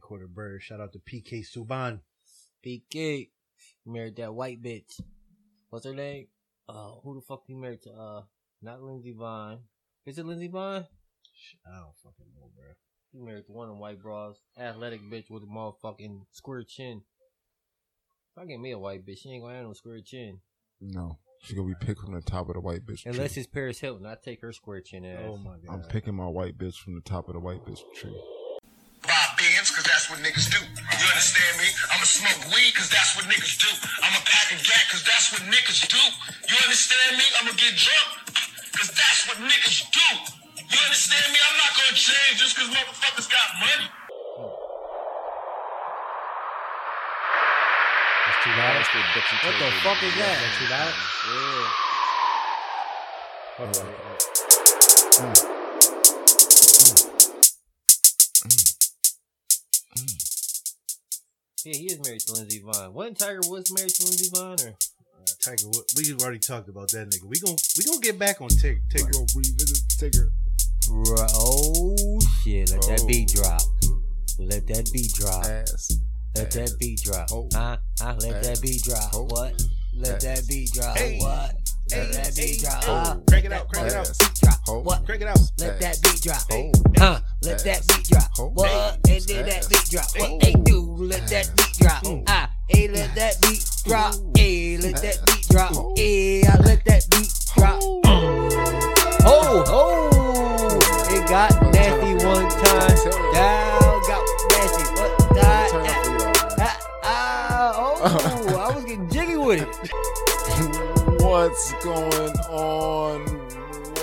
quarter bird. Shout out to PK Subban. PK. Married that white bitch. What's her name? Uh, who the fuck he married to? Uh, not Lindsey Vaughn. Is it Lindsey Vaughn? Sh- I don't fucking know, bro. He married to one of them white bras. Athletic bitch with a motherfucking square chin. Fucking me a white bitch. She ain't gonna have no square chin. No. She's gonna be picked from the top of the white bitch tree. Unless it's Paris Hilton. I take her square chin ass. Oh my god. I'm picking my white bitch from the top of the white bitch tree. buy beans, cause that's what niggas do. You understand me? I'ma smoke weed, cause that's what niggas do. I'ma pack a gat, cause that's what niggas do. You understand me? I'ma get drunk, cause that's what niggas do. You understand me? I'm not gonna change just cause motherfuckers got money. That's too loud. What the fuck is that? Too loud? Yeah. Hold on. Yeah, he is married to Lindsey Vaughn. Wasn't Tiger Woods married to Lindsey Vaughn? Or Uh, Tiger, Wo- we already talked about that nigga. We gon' we gonna get back on Tig- Tigger. Bruh, oh shit! Let that Oh. beat drop. Let that beat drop. Ass. Let that ass. beat drop. Oh. Uh, uh, let that Ass. beat drop. Oh. What? Let Ass. that beat drop. Hey. What? Let Hey, that hey, beat drop. hey. Uh, Crank it let out, that crank it beat out. drop. Oh. What? Crank it out. Let Ass. that beat drop. Hey. Huh? Let that beat drop. Oh. What? Hey. And then that Ass. beat drop. What Oh. they do? Let that Ass. beat drop. Oh. Ah, hey, let that beat drop. Ooh. Hey, let that Ass. beat drop. Oh. Hey, I let that beat drop. Oh, oh, it got nasty one time. Down got nasty, but Turn die. up Ah, ah, oh, I was getting jiggy with it. for y'all. What's going on?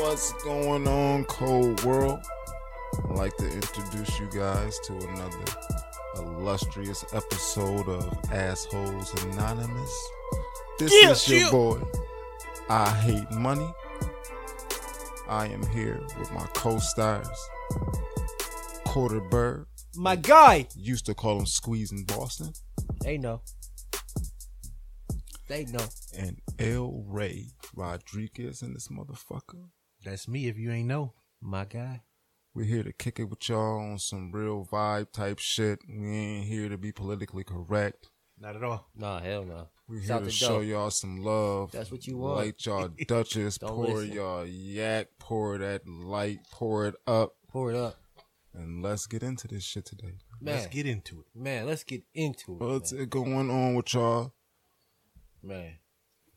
What's going on, cold world? I'd like to introduce you guys to another illustrious episode of Assholes Anonymous. This Yeah, is your yeah. boy. I hate money. I am here with my co-stars, Quarter Bird. My guy. Used to call him Squeeze in Boston. They know. They know. and L. Ray Rodriguez in this motherfucker. That's me if you ain't know. My guy. We're here to kick it with y'all on some real vibe type shit. We ain't here to be politically correct. Not at all. Nah, hell no. We're Shout here to the show dough. y'all some love. That's what you want. Light y'all Duchess, Don't pour listen. y'all yak, pour that light, pour it up, Pour it up. and let's get into this shit today. Man, Let's get into it. man, let's get into it. What's man. it going on with y'all? man.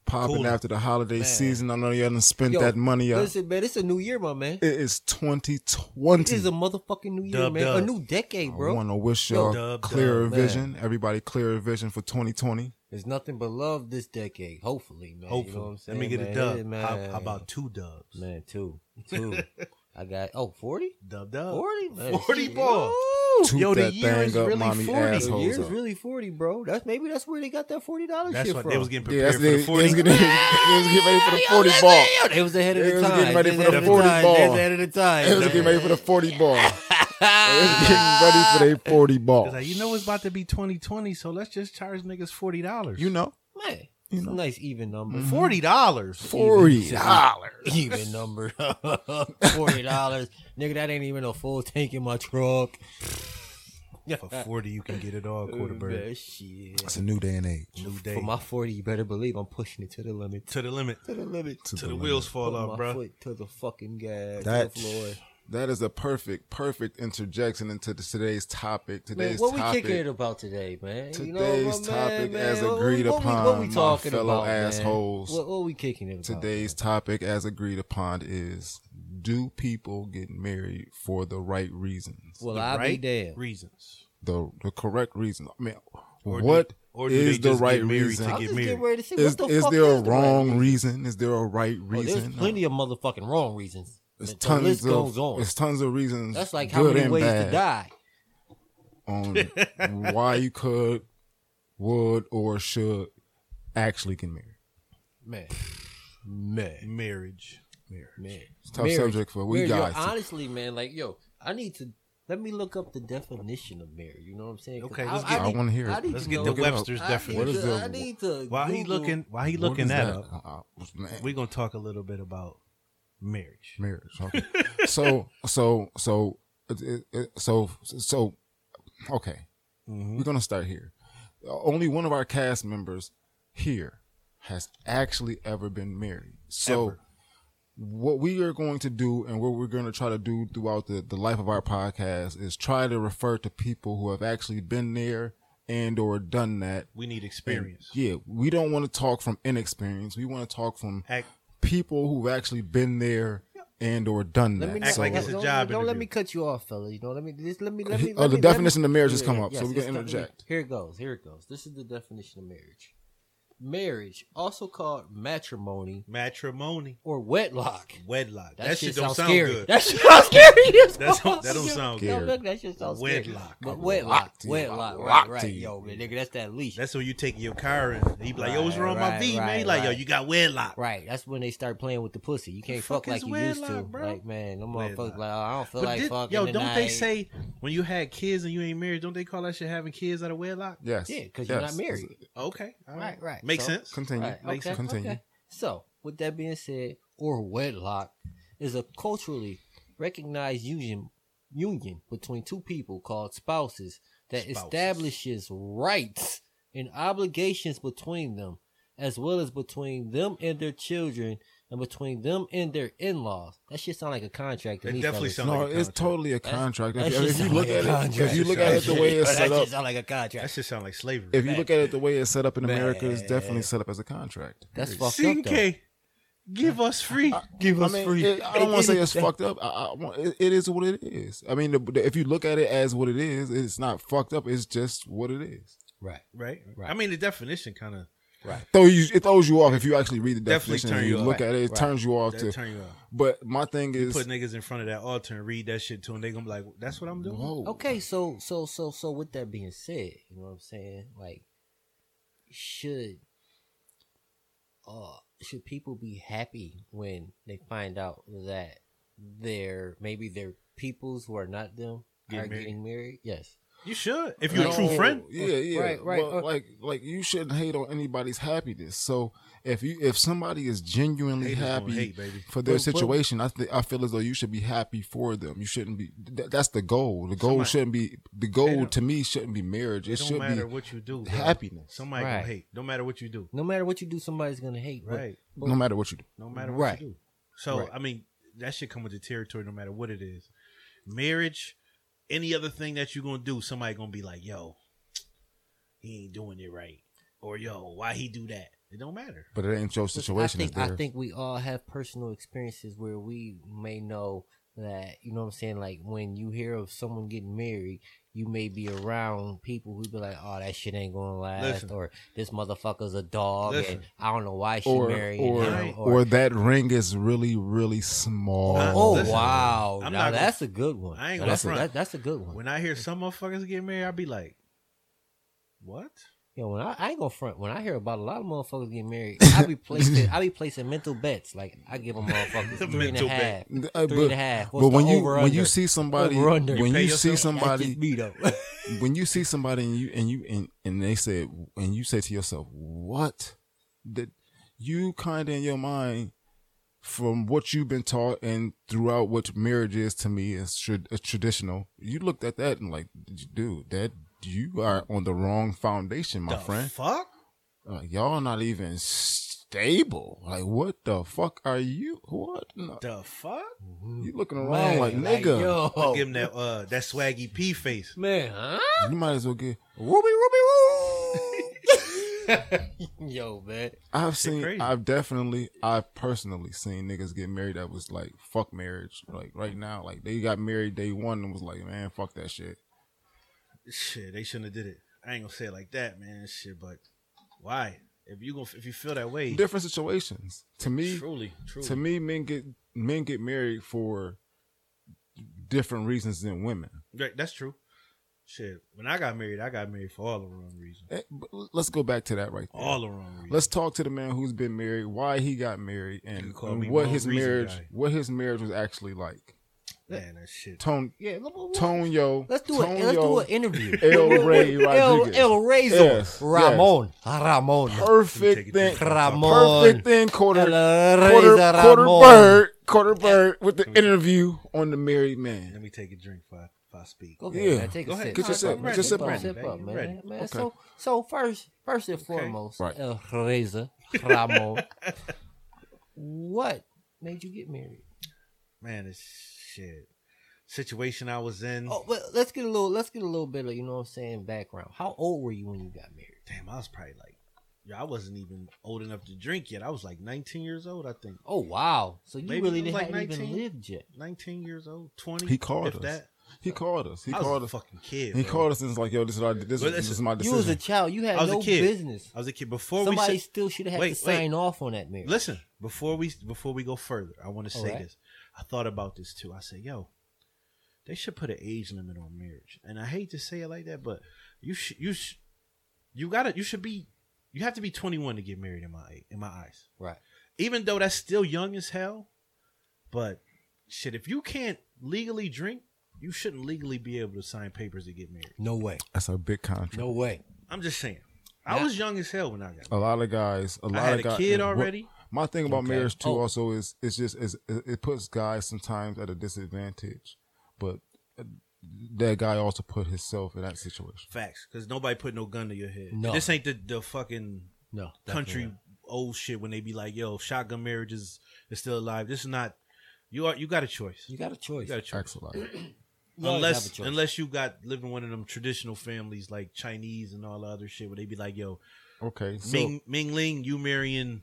Popping Cool. after the holiday Man. season. I know y'all done spent Yo, that money up. Listen, man, it's a new year, my man. It is 2020. It is a motherfucking new year, Dub, man. dub. A new decade, I bro. want to wish Yo, y'all dub, dub, clearer man. vision. Everybody clearer vision for 2020. There's nothing but love this decade. Hopefully, man. Hopefully. You know what I'm saying? Let me get man? a dub. Yeah, How, man. how about two dubs? man two, two? I got oh 40? Dub dub. 40? Man, 40 shit. ball. Woo! Toot Yo, the that year thing is up, really 40. mommy The Hold assholes. year's Up. really forty, bro. That's maybe that's where they got that forty dollars That's shit what from. they was getting yeah, that's prepared they, for they the was 40. getting, they was getting ready for the 40 ball. Yo, they was ahead of They the was time. getting ready They for was the ahead of 40 time. ball. They was ahead of the time. They was getting ready for the 40 ball. They was getting ready for their 40 It's ball. like, you know it's about to be 2020, so let's just charge niggas forty dollars. You know, Man, it's a You know. Mm-hmm. nice even number. forty dollars. 40 even number forty dollars, nigga. That ain't even a full tank in my truck. For forty, you can get it all. Quarter bird. Man, shit. That's a new day and age. New day. For my forty, you better believe I'm pushing it to the limit. to the limit. To the limit. To To the wheels fall Put my off, bro. foot to the fucking gas. That, to the floor. that is a perfect, perfect interjection into this- today's topic. Man, Today's what we topic. kicking it about today, man? Today's you know what, topic man, man, as what- agreed what, we- upon, what we my talking fellow about, man? assholes. What, what we kicking it about? Today's topic, as agreed upon, is do people get married for the right reasons? Well, The I right be damned. reasons. the the correct reasons. I mean, Or what do- is or do they the just right get married reason? to I'm get just married. getting ready to see Is, what the is fuck there a is the wrong right reason? Is there a right reason? reason? Oh, there's plenty of motherfucking wrong reasons. There's The tons list of goes on. there's tons of reasons. That's like how good many and ways to bad, die. on why you could, would, or should actually get married. Man. Man. Marriage. Man. tough subject for we marriage, yo, guys to- honestly, man, like, yo, I need to let me look up the definition of marriage. You know what I'm saying? 'Cause Okay, let's get- I wanna hear it. need Let's to get know- the Look it up. Webster's I need definition. What is to- the- I need to. While he Google- looking, while he What looking is that, up, Uh, uh, man. we're gonna talk a little bit about marriage. marriage. Okay. so so so it- it- it- so so okay. We're gonna start here. Only one of our cast members here has actually ever been married. So what we are going to do and what we're going to try to do throughout the, the life of our podcast is try to refer to people who have actually been there and or done that We need experience. yeah we don't want to talk from inexperience we want to talk from Act, people who've actually been there and or done Let me that not- Act like it's a don't, job Don't let interview. me cut you off, fellas. You know, let me just let me let me. Oh, let the me- let definition me- of marriage has come up, so we're it's gonna definitely- interject. Here it goes. Here it goes. This is the definition of marriage. Marriage, also called matrimony matrimony, or wedlock. wedlock. That, That, shit, shit, don't sounds sound scary. good. That shit sounds scary. as That's- fuck. that don't sound good. No, look, that shit sounds Wedlock. Scary. But I'm wedlock, locked to you. wedlock, I'm right, locked to right, you. yo, man, nigga, that's that leash. That's when you take your car and he be like, yo, what's Right, wrong with my right, V, man? He right, like, yo, right. you got wedlock. Right, that's when they start playing with the pussy. You can't fuck fuck, is like you used to. wedlock, bro? Like man, no Wedlock. motherfuckers like oh, I don't feel But like did- fucking. yo, and don't I they ain't- say when you had kids and you ain't married, don't they call that shit having kids out of wedlock? yes Yeah, because yes. you're not married. Okay. all Right, right. Makes So- sense. continue Right, Please okay, continue okay. So, with that being said, or wedlock is a culturally recognized union union between two people called spouses that Spouses. establishes rights and obligations between them, as well as between them and their children and between them and their in-laws. That shit sound like a contract to It me. definitely fellas. sounds no like a it's contract. totally a contract That if, shit if you sound like look at a it if contract. you look at it the way it's That set shit up sound like a contract. That shit sound like slavery. if you look at it the way it's set up in America, it's Man. definitely set up as a contract. That's Period. fucked up. Though. CK, give us free. Give I mean, it- I don't want to say it's fucked up. I, I, want- it, it is what it is. I mean, the, the, if you look at it as what it is, it's not fucked up. It's just what it is. Right. Right? Right. I mean, the definition kind of Though you, it throws you off if you actually read the Definitely definition turn and you you off. look at it. It Right. turns you off that too. turn you off. But my thing is, Put niggas in front of that altar and read that shit to them. They gonna be like, "That's what I'm doing." whoa, Okay, so so so so with that being said, you know what I'm saying? Like should uh should people be happy when they find out that their maybe their peoples who are not them Getting are married. getting married? Yes. You should if you're a No, true friend. Yeah, yeah. Right, right, Well, okay. Like, like you shouldn't hate on anybody's happiness. So if you if somebody is genuinely Haters gonna happy hate, baby. for their But- but- situation, I think I feel as though you should be happy for them. You shouldn't be. Th- that's the goal. The goal Somebody- shouldn't be. They The goal don't- to me shouldn't be marriage. It, It should don't matter be what you do. bro. happiness. Somebody Right. gonna hate. No matter what you do. No matter what you do, somebody's gonna hate. but- Right. no matter what you do. No matter what Right. you do. So Right. I mean, that should come with the territory, no matter what it is. Marriage, any other thing that you're gonna do, somebody gonna be like, "Yo, he ain't doing it right," or "Yo, why he do that?" It don't matter. But it ain't your situation. I is think I there. think we all have personal experiences where we may know that you know what I'm saying. Like when you hear of someone getting married, you may be around people who be like, "Oh, that shit ain't gonna last," Listen. or "This motherfucker's a dog," Listen. and I don't know why she or married or, him, or that ring is really really small. Uh, oh Listen. wow, I'm now not gonna- that's a good one. I ain't Now gonna that's, a, front. that, that's a good one. When I hear some motherfuckers get married, I'll be like, "What?" Yeah, when I, I ain't gonna front. When I hear about a lot of motherfuckers getting married, I be placing I be placing mental bets. Like I give them motherfuckers three and Mental a bet. half. Uh, Three but, and a half. What's but when the you over when you under? see somebody Over under. when You pay you see yourself? That's somebody just me though. when you see somebody and you and you and, and they said and you say to yourself, "What?" That you kind of in your mind from what you've been taught and throughout what marriage is to me is tra- uh, traditional. You looked at that and like, dude, that you are on the wrong foundation, my The friend. fuck. Uh, y'all not even stable. Like, what the fuck are you? What? No. The fuck? You looking Man, around like nigga? yo, Give him that uh that swaggy P face. man, huh? you might as well get. Ruby, Ruby, Ruby. yo, man. I've Shit seen, crazy. I've definitely, I've personally seen niggas get married that was like, fuck marriage. Like right now, like they got married day one and was like, man, fuck that shit. Shit, they shouldn't have did it. I ain't gonna say it like that, man. Shit, but why? If you gonna if you feel that way, Different situations. To me, truly, truly, to me, men get men get married for different reasons than women. Right, that's true. Shit, when I got married, I got married for all the wrong reasons. Eh, but Let's go back to that right there. All the wrong reasons. Let's talk to the man who's been married, why he got married, You and, call and me what Mo his Reason marriage, guy. what his marriage was actually like. man, that shit. Tone, Yeah, let- let- Tone, yo, Let's do Tone it. Let's do Yo, an interview. El Rey El, Rodriguez. El Razor. Yes, Ramon. Ah, Ramon. Take Perfect it thing, to- Ramon. perfect thing, quarter, El quarter, Razor quarter Ramon. bird, quarter bird with the interview on the married man. Let me take a drink for if I speak. Go ahead, Yeah. man. Take Go a ahead. sip. Get your Take sip. a Get your sip. sip Take a on. sip up, Ready, man. ready. man Okay. So, so first, first and foremost, Right. El Reza Ramo, what made you get married? Man, it's shit. Situation I was in. Oh, well, let's get a little, let's get a little bit of, you know what I'm saying, background. How old were you when you got married? Damn, I was probably like, yeah, I wasn't even old enough to drink yet. I was like 19 years old, I think. Oh wow, so you Maybe really it was didn't like hadn't 19? even lived yet. 19 years old, 20. He called if us. That. He called us. He I was called a us. fucking kid. He bro. called us and was like, "Yo, this is our, this, Well, this listen, is my You decision." was a child. You had I was a no kid. business. I was a kid. Before Somebody we said, still should have had Wait, to wait. sign off on that marriage. listen, before we before we go further, I want to All say right. this. I thought about this too. I said, yo, they should put an age limit on marriage. And I hate to say it like that, but you sh- you sh- you got to you should be you have to be 21 to get married in my in my eyes. Right. even though that's still young as hell, but shit, if you can't legally drink, you shouldn't legally be able to sign papers to get married. No way. That's a big contract. No way. I'm just saying. I Yeah. was young as hell when I got married. A lot of guys. A lot had of a guys. kid and what- already. My thing about Okay. marriage too, Oh. also is it's just is it it puts guys sometimes at a disadvantage, but uh, that guy also put himself in that situation. Facts, because nobody put no gun to your head. No. This ain't the, the fucking No. country old shit when they be like, "Yo, shotgun marriage is, is still alive." This is not. You are you got a choice. You got a choice. You got a choice. Facts a lot. You always have a unless choice. unless you got live in one of them traditional families like Chinese and all the other shit where they be like, "Yo, Okay, so Ming, Ming Ling, you marrying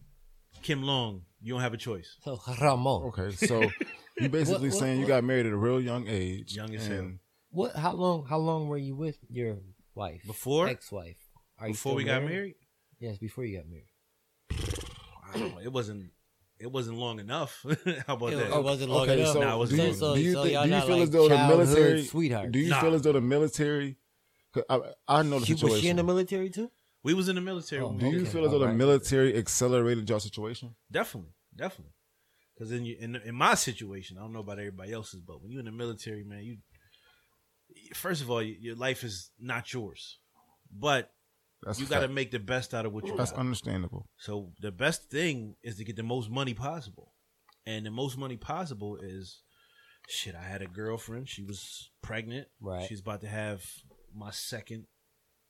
Kim Long, you don't have a choice. So Ramon, okay, so you basically What- what- saying you what? got married at a real young age, Young as and what? How long? How long were you with your wife? Before? ex-wife. Are you Before still we got married, Yes, before you got married. I don't know, it wasn't it wasn't long enough. How about that? it oh, wasn't long okay, enough. so Nah, it do wasn't you, long enough. do you, So think- y'all do you not feel like as though the childhood military, sweethearts. do you Nah. feel as though the military? 'cause I, I know the She, situation. was she in the military too? We was in the military. Oh, when we do you Okay, feel as though the alright. military accelerated your situation? Definitely, definitely. Because in, you- in in my situation, I don't know about everybody else's, but when you're in the military, man, you first of all, y- your life is not yours, but That's you a got to fact. make the best out of what you That's got. understandable. So the best thing is to get the most money possible. And the most money possible is shit, I had a girlfriend, she was pregnant. Right. She's about to have my second.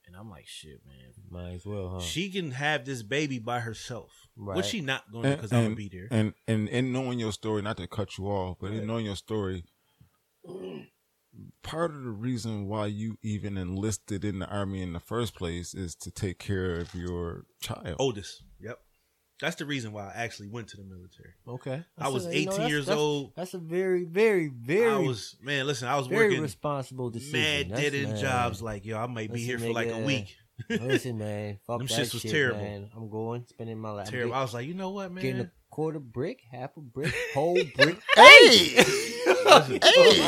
And I'm like, shit, man. Might as well, huh? She can have this baby by herself. Right. Right. Which she not gonna because I'm gonna be there. And and and knowing your story, not to cut you off, but in knowing your story, part of the reason why you even enlisted in the army in the first place is to take care of your child. Oldest. Yep. That's the reason why I actually went to the military. okay. I was That's a- 18 years that's, old. That's a very, very, very, I was man, listen, I was very working responsible decision. mad That's dead end mad. jobs like yo, I might be Listen, here for like a nigga. week. Listen, man. Fuck Them that shits was shit, terrible. Man. I'm going, spending my life. Terrible. I was like, you know what, man? Getting a quarter brick, half a brick, whole brick. Hey, I was-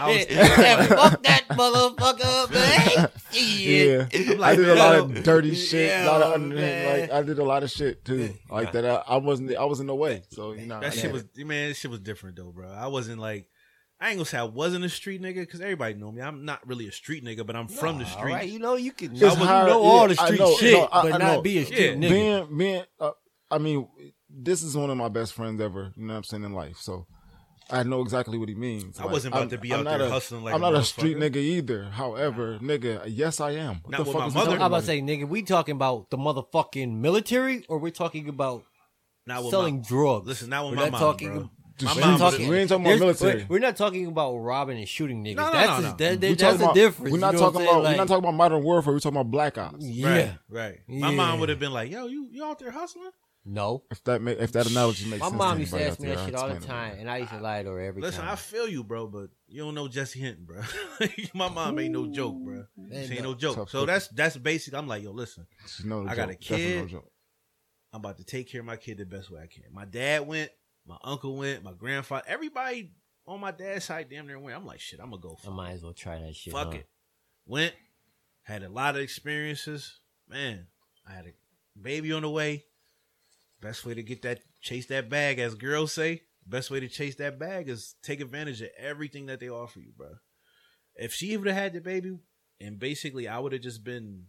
I was- Yeah, fuck that motherfucker, man. Shit. yeah, I'm I like, did a lot of man, dirty shit. a lot of Yeah, underhand, like I did a lot of shit too, like that. I, I wasn't, I was in the way, so you know I That get shit it. was man, that shit was different though, bro. I wasn't like I ain't gonna say I wasn't a street nigga because everybody know me. I'm not really a street nigga, but I'm from the Nah, street. alright, you know you can Just know, you hire- know yeah, all the I street know, shit, no, I- but I not know. be a Yeah. street nigga. Being, being, uh, I mean, this is one of my best friends ever. You know what I'm saying in life, so I know exactly what he means. I wasn't about to be out not there a- hustling like I'm a not a street motherfucker. nigga either. However, nigga, yes I am. What Not the with fuck my is he mother. I'm talking about to say, nigga, we talking about the motherfucking military, or we're talking about Not with selling my, drugs? Listen, not with we're my not mom, talking. bro. My Just- we're mom we not ain't was talking. talking, we ain't talking about there's- military. We're, we're not talking about robbing and shooting niggas. No, no, that's no, a, no. That, that, We that's talking about- the difference. We're not you know what I'm talking about. saying? we're not Like, a- talking about modern warfare. We're talking about black ops. Yeah. right, right. My mom Yeah. would have been like, "Yo, you you out there hustling?" No. If that ma- if that analogy makes My sense. mom to used to anybody ask out me that there, shit I'll all the explain it. time, and I used to lie to her every Listen, time. I feel you, bro, but you don't know Jesse Hinton, bro. my mom ain't no joke, bro. Man, she ain't no. no joke. Tough So cookie. that's that's basic. I'm like, yo, listen, It's no I got joke. a Definitely no kid. joke. I'm about to take care of my kid the best way I can. My dad went, my uncle went, my grandfather, everybody on my dad's side damn near went. I'm like, shit, I'm gonna go I might as well try that shit. Fuck huh? it. Went, had a lot of experiences. Man, I had a baby on the way. Best way to get that, chase that bag, as girls say. Best way to chase that bag is take advantage of everything that they offer you, bro. If she would have had the baby, and basically I would have just been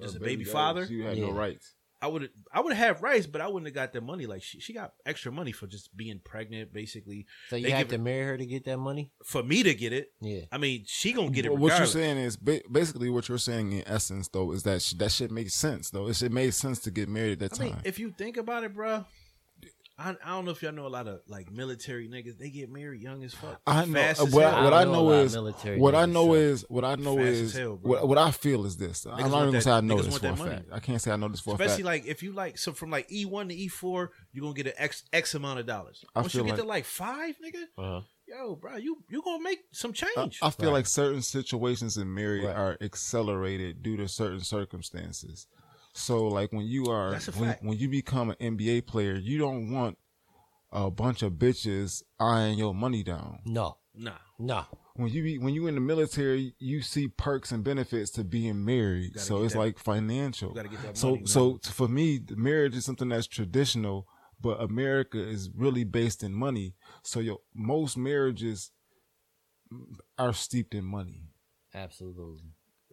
just a baby, daddy, father, Uh, You had no Yeah. rights. I would I would have rights, but I wouldn't have got that money. Like she, she got extra money for just being pregnant, basically. So you They have give to it- marry her to get that money? For me to get it, Yeah. I mean, she gonna get it. But what you're regardless. saying is ba- basically what you're saying in essence though is that sh- that shit makes sense though. It shit made sense to get married at that I time. mean, if you think about it, bruh, I, I don't know if y'all know a lot of like military niggas. They get married young as fuck. I know. Fast uh, as What, hell. I, what I I don't know know about is military what I niggas, know so- is what I know Fast is as hell, bro. what, what I feel is this. I'm want not even that- say I know niggas this want for a that money. fact. I can't say I know this for Especially a fact. like if you like so from like E one to E four, you're gonna get an X X amount of dollars. I Once you feel get like- to like five, nigga, Uh-huh. yo, bro, you you gonna make some I, change. I feel Right. like certain situations in marriage Right. are accelerated due to certain circumstances. So like when you are That's a when, fact. when you become an NBA player, you don't want a bunch of bitches eyeing your money down. No. nah, No. when you be, when you in the military, you see perks and benefits to being married. Gotta So get it's that- like financial. you gotta get that So money, so man. t- for me, the marriage is something that's traditional, but America is really based in money. So your most marriages are steeped in money. Absolutely.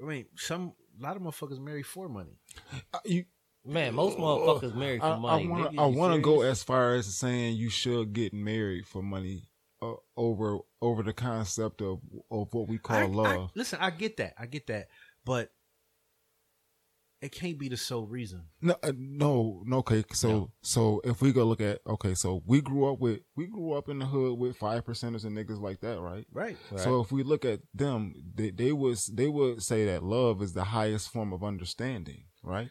I mean, some a lot of motherfuckers marry for money. I- Uh, You, Man, most motherfuckers marry for I, money. want nigga. to I You want to go serious? as far as saying you should get married for money uh, over over the concept of of what we call I- I- love. listen, I get that, I get that, but it can't be the sole reason. No, uh, no, no. Okay, so No. so if we go look at okay, so we grew up with we grew up in the hood with five percenters and niggas like that, right? Right. So if we look at them, they, they was they would say that love is the highest form of understanding, right?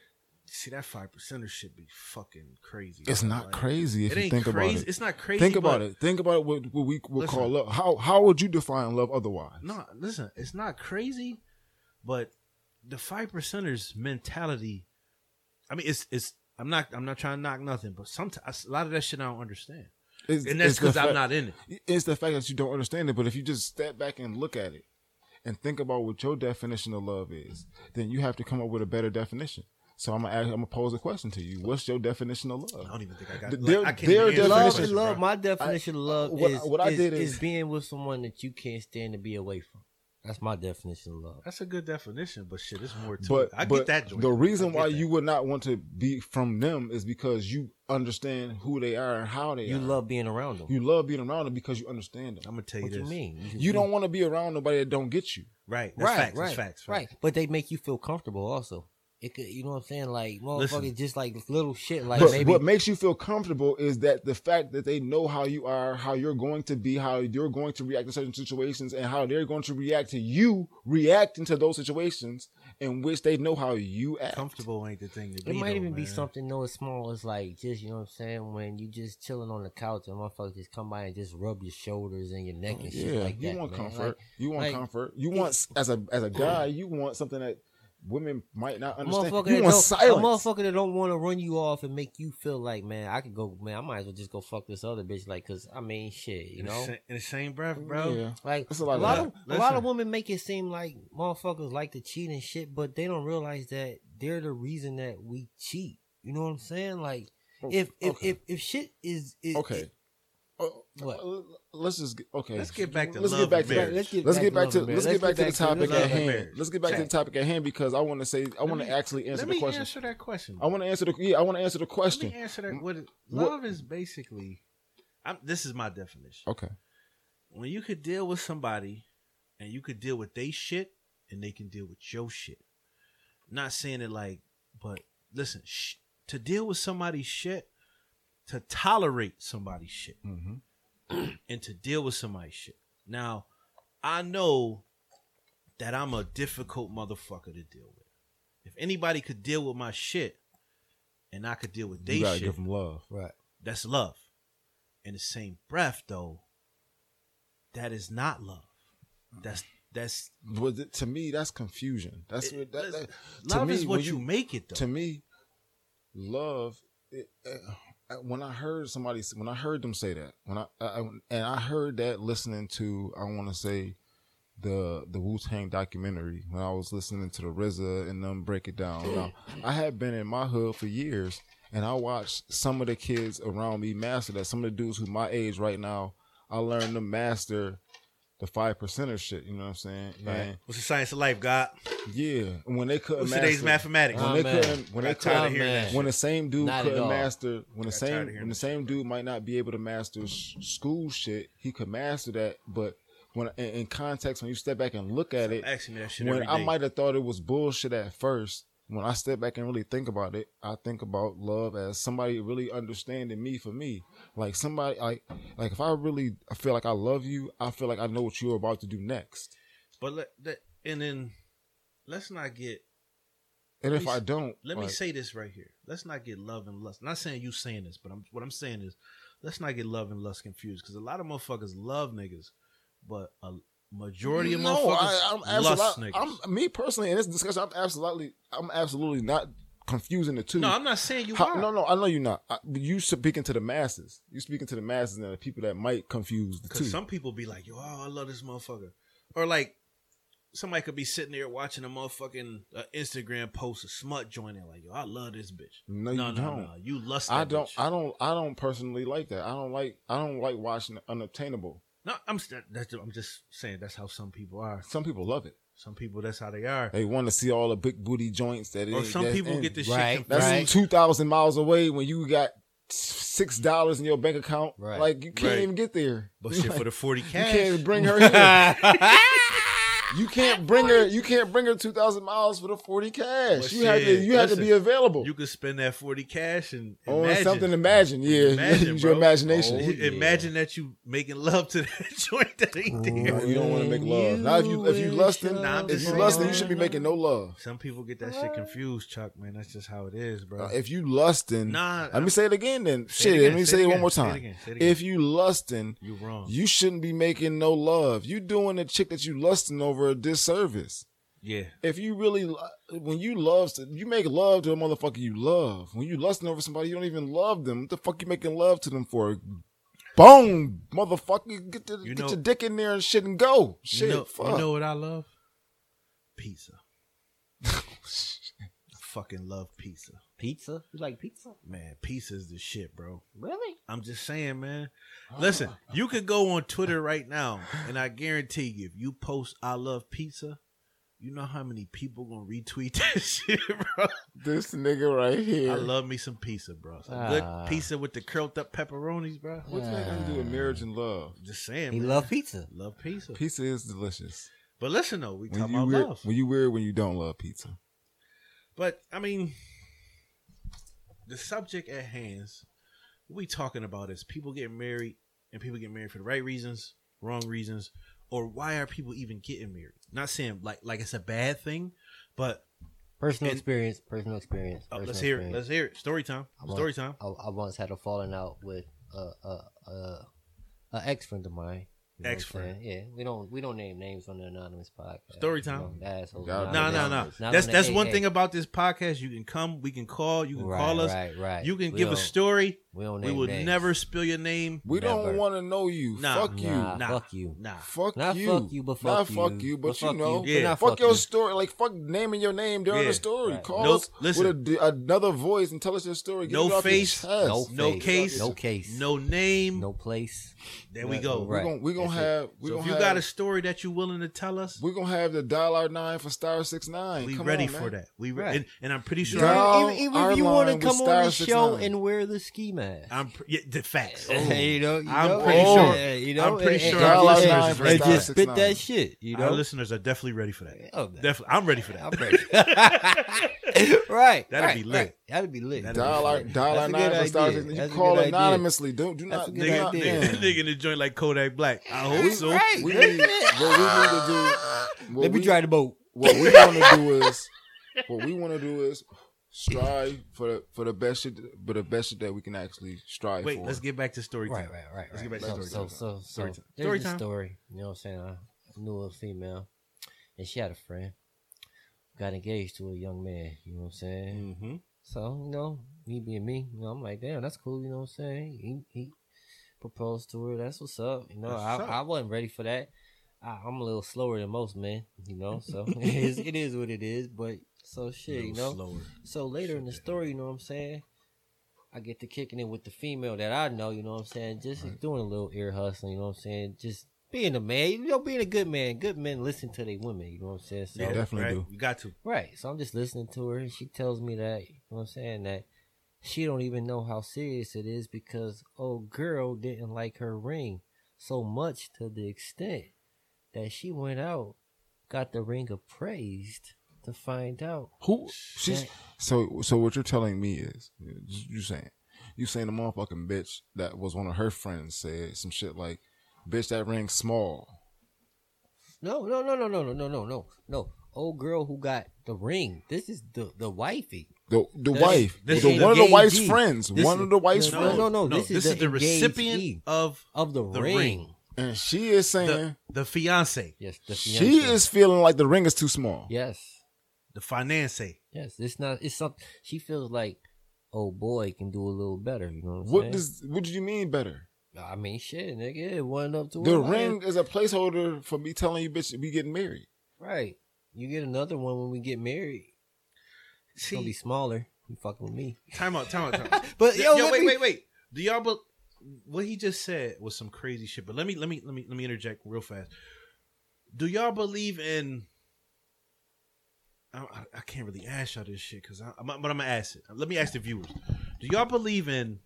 See that five percenter should be fucking crazy. It's bro. not Like, crazy if It you ain't think crazy. about it. It's not crazy. think about but- it. Think about what, what we would Listen. call love. How how would you define love otherwise? No, listen, it's not crazy, but the five percenters mentality. I mean, it's it's. I'm not. I'm not trying to knock nothing, but sometimes a lot of that shit I don't understand, It's- and that's it's the because I'm fact- not in it. It's the fact that you don't understand it, but if you just step back and look at it and think about what your definition of love is, then you have to come up with a better definition. So I'm gonna ask, I'm gonna pose a question to you. What's your definition of I love? don't even think I got. Th- Like, their- I can't their even answer the Love definition- is question, love. bro. My definition of love what- is, what I is, did is is- being with someone that you can't stand to be away from. That's my definition of love. That's a good definition, but shit, it's more to But it. I but get that. Joint. the reason I get why that. you would not want to be from them is because you understand who they are and how they You are. love being around them. you love being around them because you understand them. I'm gonna tell you what this. you mean? You don't want to be around nobody that don't get you. Right. That's facts. That's facts. right. But they make you feel comfortable also. It could, you know what I'm saying? Like motherfuckers, Listen. just like little shit. Like but maybe what makes you feel comfortable is that the fact that they know how you are, how you're going to be, how you're going to react to certain situations, and how they're going to react to you reacting to those situations in which they know how you act. Comfortable ain't the thing to be. it might though, even be man. something no as small as like just you know what I'm saying when you just chilling on the couch and motherfuckers just come by and just rub your shoulders and your neck and shit Yeah, like you that. want man. comfort. Like, you want like, comfort. You want as a as a guy, you want something that women might not understand. Motherfucker You that want don't- A silence. motherfucker that don't want to run you off and make you feel like, man, I could go, man, I might as well just go fuck this other bitch, like, cause I mean, shit, you In the know, sa- in the same breath, bro. Yeah. like It's a lot of that. of, a lot of Listen. women make it seem like motherfuckers like to cheat and shit, but they don't realize that they're the reason that we cheat. You know what I'm saying? Like, if if Oh, okay. if, if shit is, is Okay. Uh, What? uh, Let's just get, okay. Let's get back to let's love get back and to marriage. that. Let's get Let's back get to back to love and let's marriage. get back to the Let's get back to topic love at and hand. marriage. Let's get back to the Check. topic at hand because I want to say I want to me- actually answer Let the me question. answer that question. I want to answer the yeah. I want to answer the question. Let me answer that. What it- what- love is basically, I'm, this is my definition. Okay. When you could deal with somebody, and you could deal with they shit, and they can deal with your shit. Not saying it like, but listen, sh- to deal with somebody's shit, to tolerate somebody's shit, Mm-hmm. and to deal with somebody's shit. Now, I know that I'm a difficult motherfucker to deal with. If anybody could deal with my shit, and I could deal with they You gotta shit, give them love. Right. That's love. In the same breath, though, that is not love. That's that's But th- to me, that's confusion. That's it- that, that- to love me, is what when you, make it, though. to me, love. It, uh, when I heard somebody, s- when I heard them say that, when I, I I- and I heard that listening to, I want to say, the the Wu Tang documentary. When I was listening to the RZA and them break it down. Now, I had been in my hood for years, and I watched some of the kids around me master that. Some of the dudes who my age right now, I learned to master the five percenter shit. You know what I'm saying? And What's the science of life, God? yeah, when they couldn't What's master today's mathematics? when Huh? they I'm mad. couldn't when they I'm tired of couldn't hearing man. that. when the same dude Not at couldn't all. master when Got the tired same of hearing when that the same dude might not be able to master sh- school shit, he could master that. But when in, in context, when you step back and look at it, Asking me that shit every when day. I might have thought it was bullshit at first, when I step back and really think about it, I think about love as somebody really understanding me for me. Like somebody like like if I really I feel like I love you, I feel like I know what you're about to do next. but let, let- and then let's not get. And Let if me I s- don't, Let me like, say this right here. Let's not get love and lust. not saying you saying this, but I'm, what I'm saying is, let's not get love and lust confused because a lot of motherfuckers love niggas, but a majority of motherfuckers I'm lust absolut- niggas. I'm, me personally in this discussion, I'm absolutely, I'm absolutely not confusing the two. no, I'm not saying you How- are. no, no, I know you're not. I, but you speaking to the masses. You speaking to the masses and the people that might confuse the two. Because some people be like, yo, oh, I love this motherfucker. Or like, somebody could be sitting there watching a motherfucking uh, Instagram post a smut joint and like, yo, I love this bitch. No, you don't. You lust I that don't, bitch. I don't, I don't personally like that. I don't like, I don't like watching unobtainable. no, I'm, s- that- that's, I'm just saying that's how some people are. Some people love it. Some people, that's how they are. They want to see all the big booty joints that. Or it- some that's people in. get this Right, shit That's confused. Right. two thousand miles away when you got six dollars in your bank account. Right. Like you can't Right. even get there. But shit for the 40 You cash. can't even bring her here. You can't bring her. You can't bring her two thousand miles for the forty cash. Well, you had to. shit, You had to listen, be available You could spend that 40 cash and on imagine. Oh, something. Imagine, yeah, Imagine, use your bro. imagination. Oh, yeah. Imagine that you making love to that joint that ain't No, there. you don't want to make When love. you Now, if you if you wish lusting, Nah, I'm if just you saying. lusting, you should be making no love. Some people get that shit confused, Chuck, man. That's just how it is, bro. Uh, if you lusting, Nah, let me I'm- say it again. Then Say it shit, again, let me say say it it one again, more say it time. again, say it again. If you lusting, you wrong. you shouldn't be making no love. You doing the chick that you lusting over a disservice. yeah. if you really lo- when you love you make love to a motherfucker you love when you lusting over somebody you don't even love them what the fuck you making love to them for boom motherfucker get, the, You get know- your dick in there and shit and go shit you, know, fuck you know what I love? Pizza. Oh, fucking love pizza. Pizza? You like pizza? Man, pizza is the shit, bro. Really? I'm just saying, man. Oh. Listen, you could go on Twitter right now, and I guarantee you, if you post I love pizza, you know how many people gonna retweet that shit, bro. this nigga right here I love me some pizza, bro. Some Ah. good pizza with the curled up pepperonis, bro. what's that gonna do with marriage and love Just saying, He man. love pizza. love pizza. pizza is delicious But listen though, we when talking you about weird love. when you weird when you don't love pizza But I mean, the subject at hands we talking about is people getting married and people get married for the right reasons, wrong reasons, or why are people even getting married? Not saying like like it's a bad thing, but Personal And- experience. Personal experience. uh, personal let's hear it. experience. Let's hear it. Story time. I once- Story time. I, I once had a falling out with a a a, a ex friend of mine. You know what I'm Ex-friend. saying? Yeah, we don't we don't name names on the anonymous podcast. Story You know, time. the assholes. Not Gotta be No, on the- no, down. no. not on That's the- that's hey, one hey. thing about this podcast. You can come, we can call, you can Right, call us, Right, right. you can We give a don't- story. We don't We name will names. never spill your name. we don't Never. want to know you Nah. fuck you Nah, Nah. fuck you. Nah. Fuck Not you. fuck you, but not fuck fuck you, you, but but you fuck know, you, but not fuck, fuck your you. story. Like fuck naming your name during Yeah, the story. right. Call No- us listen. with a, another voice and tell us your story. Get No it off your face, chest. No No face, case. No case. No name. No place. There we go. We're Right. gonna we gonna That's it. have we So gonna if you have got a story that you're willing to tell us, we gonna have the dial our nine for star six nine. we Come ready on, for man. that. We re- Right. and, and I'm pretty sure. Girl, I'm- Dial even even our if you want to line with come star on the show 69. and wear the ski mask. I'm pre- yeah, the facts. Oh, you know, you I'm know, pretty and- sure- and- you know, I'm pretty and- sure and- our and- listeners and is ready. just spit 9. that shit. You Our know, listeners are definitely ready for that. Oh, man. Definitely, I'm ready for that. I'm ready. right. That'd right, be lit. right. That'd be lit. That'd Dial our dial That's our a nine good for star idea. six nine. You That's a call good idea. anonymously. Don't do That's not a do good Nigga, not. idea. nigga, man. nigga in the joint like Kodak Black. I hope so. Right. We need what we need to do. what Let me we- drive the boat. what we want to do is what we want to do is strive for the, for the best shit, but the best shit that we can actually strive Wait, for. let's get back to story time. Right, right, right. Let's get right. back to so, story so, so, so, Story time. there's Story a time. story. You know what I'm saying? I knew a female, and she had a friend. Got engaged to a young man. You know what I'm saying? Mm-hmm. So, you know, me being me, you know, I'm like, damn, that's cool, you know what I'm saying? He, he proposed to her, that's what's up. You know, That's I, what's up. I wasn't ready for that. I, I'm a little slower than most men, you know, so it, is, it is what it is, but so shit, you know. slower. So later in the story, you know what I'm saying? I get to kicking it with the female that I know, you know what I'm saying? Just doing a little ear hustling, you know what I'm saying? Just being a man, you know, being a good man. Good men listen to their women. You know what I'm saying? So, Yeah. definitely right? do. You got to. Right. So I'm just listening to her, and she tells me that you know what I'm saying that she don't even know how serious it is because old girl didn't like her ring so much to the extent that she went out, got the ring appraised to find out. Who? She's that- so. So what you're telling me is you saying you saying the motherfucking bitch that was one of her friends said some shit like, "Bitch, that ring's small." No, no, no, no, no, no, no, no, no, no. Old girl who got the ring. This is the the wifey. The the This- wife, this the, is one of the the wife's engagee. friends, This one is- of the wife's No, friends, no, no, this is the E. recipient engagee. of of the, The ring. ring. and she is saying the, the fiance, Yes, the she fiancé. is feeling like the ring is too small. Yes, the finance. yes. It's not. It's something. She feels like, oh boy, can do a little better. You know what I'm What saying? does what do you mean better? I mean, shit, nigga, it wasn't up to The her life. ring is a placeholder for me telling you, bitch, we getting married. Right. You get another one when we get married. It's gonna be See, smaller. You fucking with me. time out, time out, time out. But yo, wait, wait, wait. Do y'all? Be- what he just said was some crazy shit. But let me, let me, let me, let me interject real fast. Do y'all believe in? I, I, I can't really ask y'all this shit because I'm, I'm- but I'm gonna ask it. Let me ask the viewers. Do y'all believe in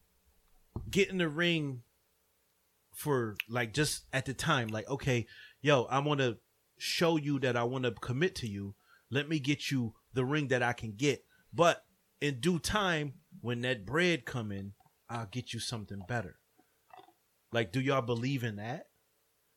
getting the ring for like just at the time? Like, okay, yo, I want to show you that I want to commit to you. Let me get you the ring that I can get, but in due time, when that bread come in, I'll get you something better. Like, do y'all believe in that?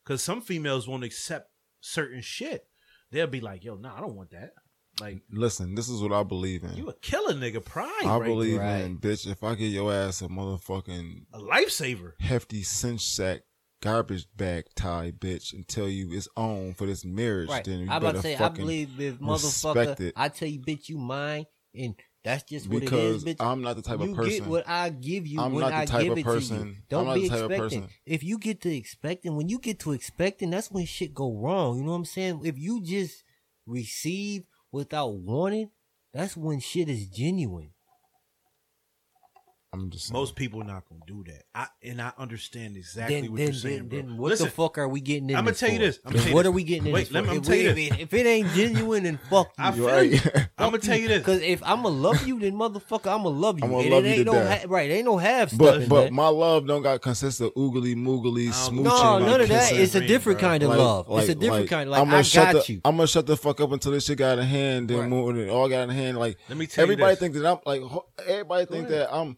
Because some females won't accept certain shit. They'll be like, "Yo, nah, I don't want that." Like, Listen, this is what I believe in. you a killer, nigga. Pride, I right? believe Right. in, bitch, if I get your ass a motherfucking a lifesaver. hefty cinch sack garbage bag tie, bitch, and tell you it's on for this marriage, Right. then you I'm about better to say, I fucking believe if respect motherfucker, it. I tell you, bitch, you mine, and that's just what because it is, bitch. I'm not the type you of person. get what I give you I'm when not the I type give of it to you. person- Don't I'm not be the type of expecting. person. If you get to expecting, when you get to expecting, that's when shit go wrong. You know what I'm saying? If you just receive without wanting, that's when shit is genuine. I'm just saying. Most people not gonna do that. I and I understand exactly then, what then, you're saying, then, bro. then what Listen, the fuck are we getting in I'ma this tell you for? this. I'ma tell you what this. are we getting in Wait, this let for? me- if, I'ma we- tell you if, it- if it ain't genuine, then fuck you. I You're feel right. you. I'm gonna tell you this. Cause if I'ma love you, then motherfucker, I'ma love you. I'ma and love it you ain't no to death. ha- right, ain't no half but stuff, but man. my love don't got consist of oogly moogly I don't- smooching. no, and none of that. kissing. It's a ring, different bro. kind of Like- love. it's a like- different like, kind. Of, like I'm gonna I shut got the, you. I'm gonna shut the fuck up until this shit got in hand. Then Right. move when it all got in hand. Like Let me tell you everybody this. think that I'm like ho- everybody think ahead. that I'm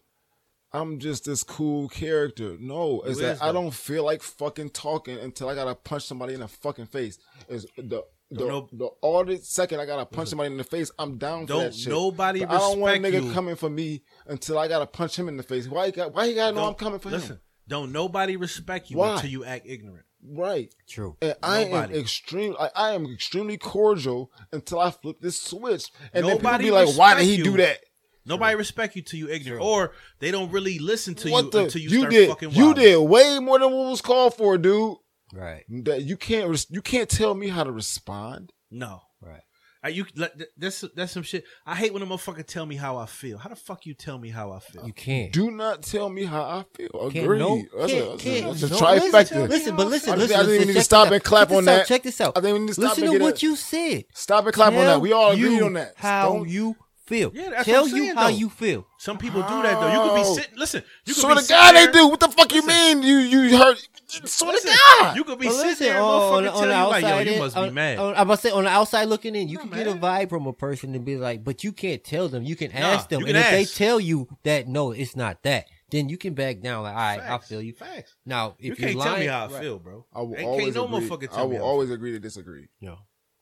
I'm just this cool character. No, it's You that is, I though. don't feel like fucking talking until I gotta punch somebody in the fucking face. Is the the, no- the audit second I gotta punch somebody in the face, I'm down for Don't that shit. nobody But I don't want a respect nigga you. coming for me until I gotta punch him in the face. Why he got? Why he gotta know I'm coming for listen, him? don't nobody respect you Why? until you act ignorant. Right. True. And I am Nobody. extreme. I, I am extremely cordial until I flip this switch, and Nobody then people be like, "Why did he respect do you. that? Nobody respect you till you ignorant, or they don't really listen to what you the? until you, You, start did. fucking. You wilding. did way more than what was called for, dude. Right. That you can't. Res- you can't tell me how to respond. No, Right. Are you let- th- that's that's some shit. I hate when a motherfucker tell me how I feel. How the fuck you tell me how I feel? You can't. Do not tell me how I feel. Can't Agree. no- that's can't- a, that's can't a, that's a no- trifecta. tell me Listen, but listen, I listen. think- I think we listen, need to check stop this and out. clap Check on this out, that. Check this out. I think we need to stop Listen and to get what a- you said. Stop and clap on Tell that. We all agreed you on that. How Don't- you feel? Yeah, that's Tell what I'm you saying, how though. you feel. Some people do that though. You could Oh. be sitting. Listen, you could Swear be to God, sitting they there- do. What the fuck you mean? You you heard? Swear Listen, to God. you could be But sitting listen, there. and on, motherfucker on the tell you like, outside, yo, you in- must be on- mad. on- I'm about to say on the outside looking in, you Nah, can get a man. vibe from a person and be like, but you can't tell them. You can Nah, ask them, you and can if they ask. tell you that no, it's not that, then you can back down. Like, all right, I Facts, feel you. Facts. Now, if You you can't lying, tell me how I right. feel, bro. I will Ain't- always can't no agree. motherfucker I tell me. how will I feel. always agree to disagree. Yo,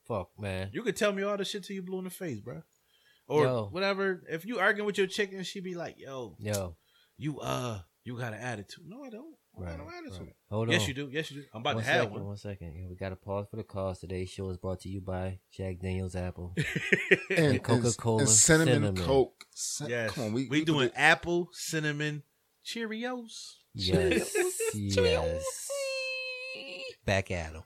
fuck, man. You could tell me all the shit till you blue in the face, bro. Or Yo. whatever. If you arguing with your chick and she be like, "Yo, Yo, you uh, you got an attitude." No, I don't. I right, got no attitude. right. Hold on. Yes, you do. Yes, you do. I'm about One to have second, one. One second. Yeah, we got to pause for the cause. Today's show is brought to you by Jack Daniels Apple. And, and- Coca-Cola, and cinnamon, cinnamon. coke. Cin- yes. Come on, we, we we we doing apple, cinnamon, Cheerios. yes, yes. Back at him.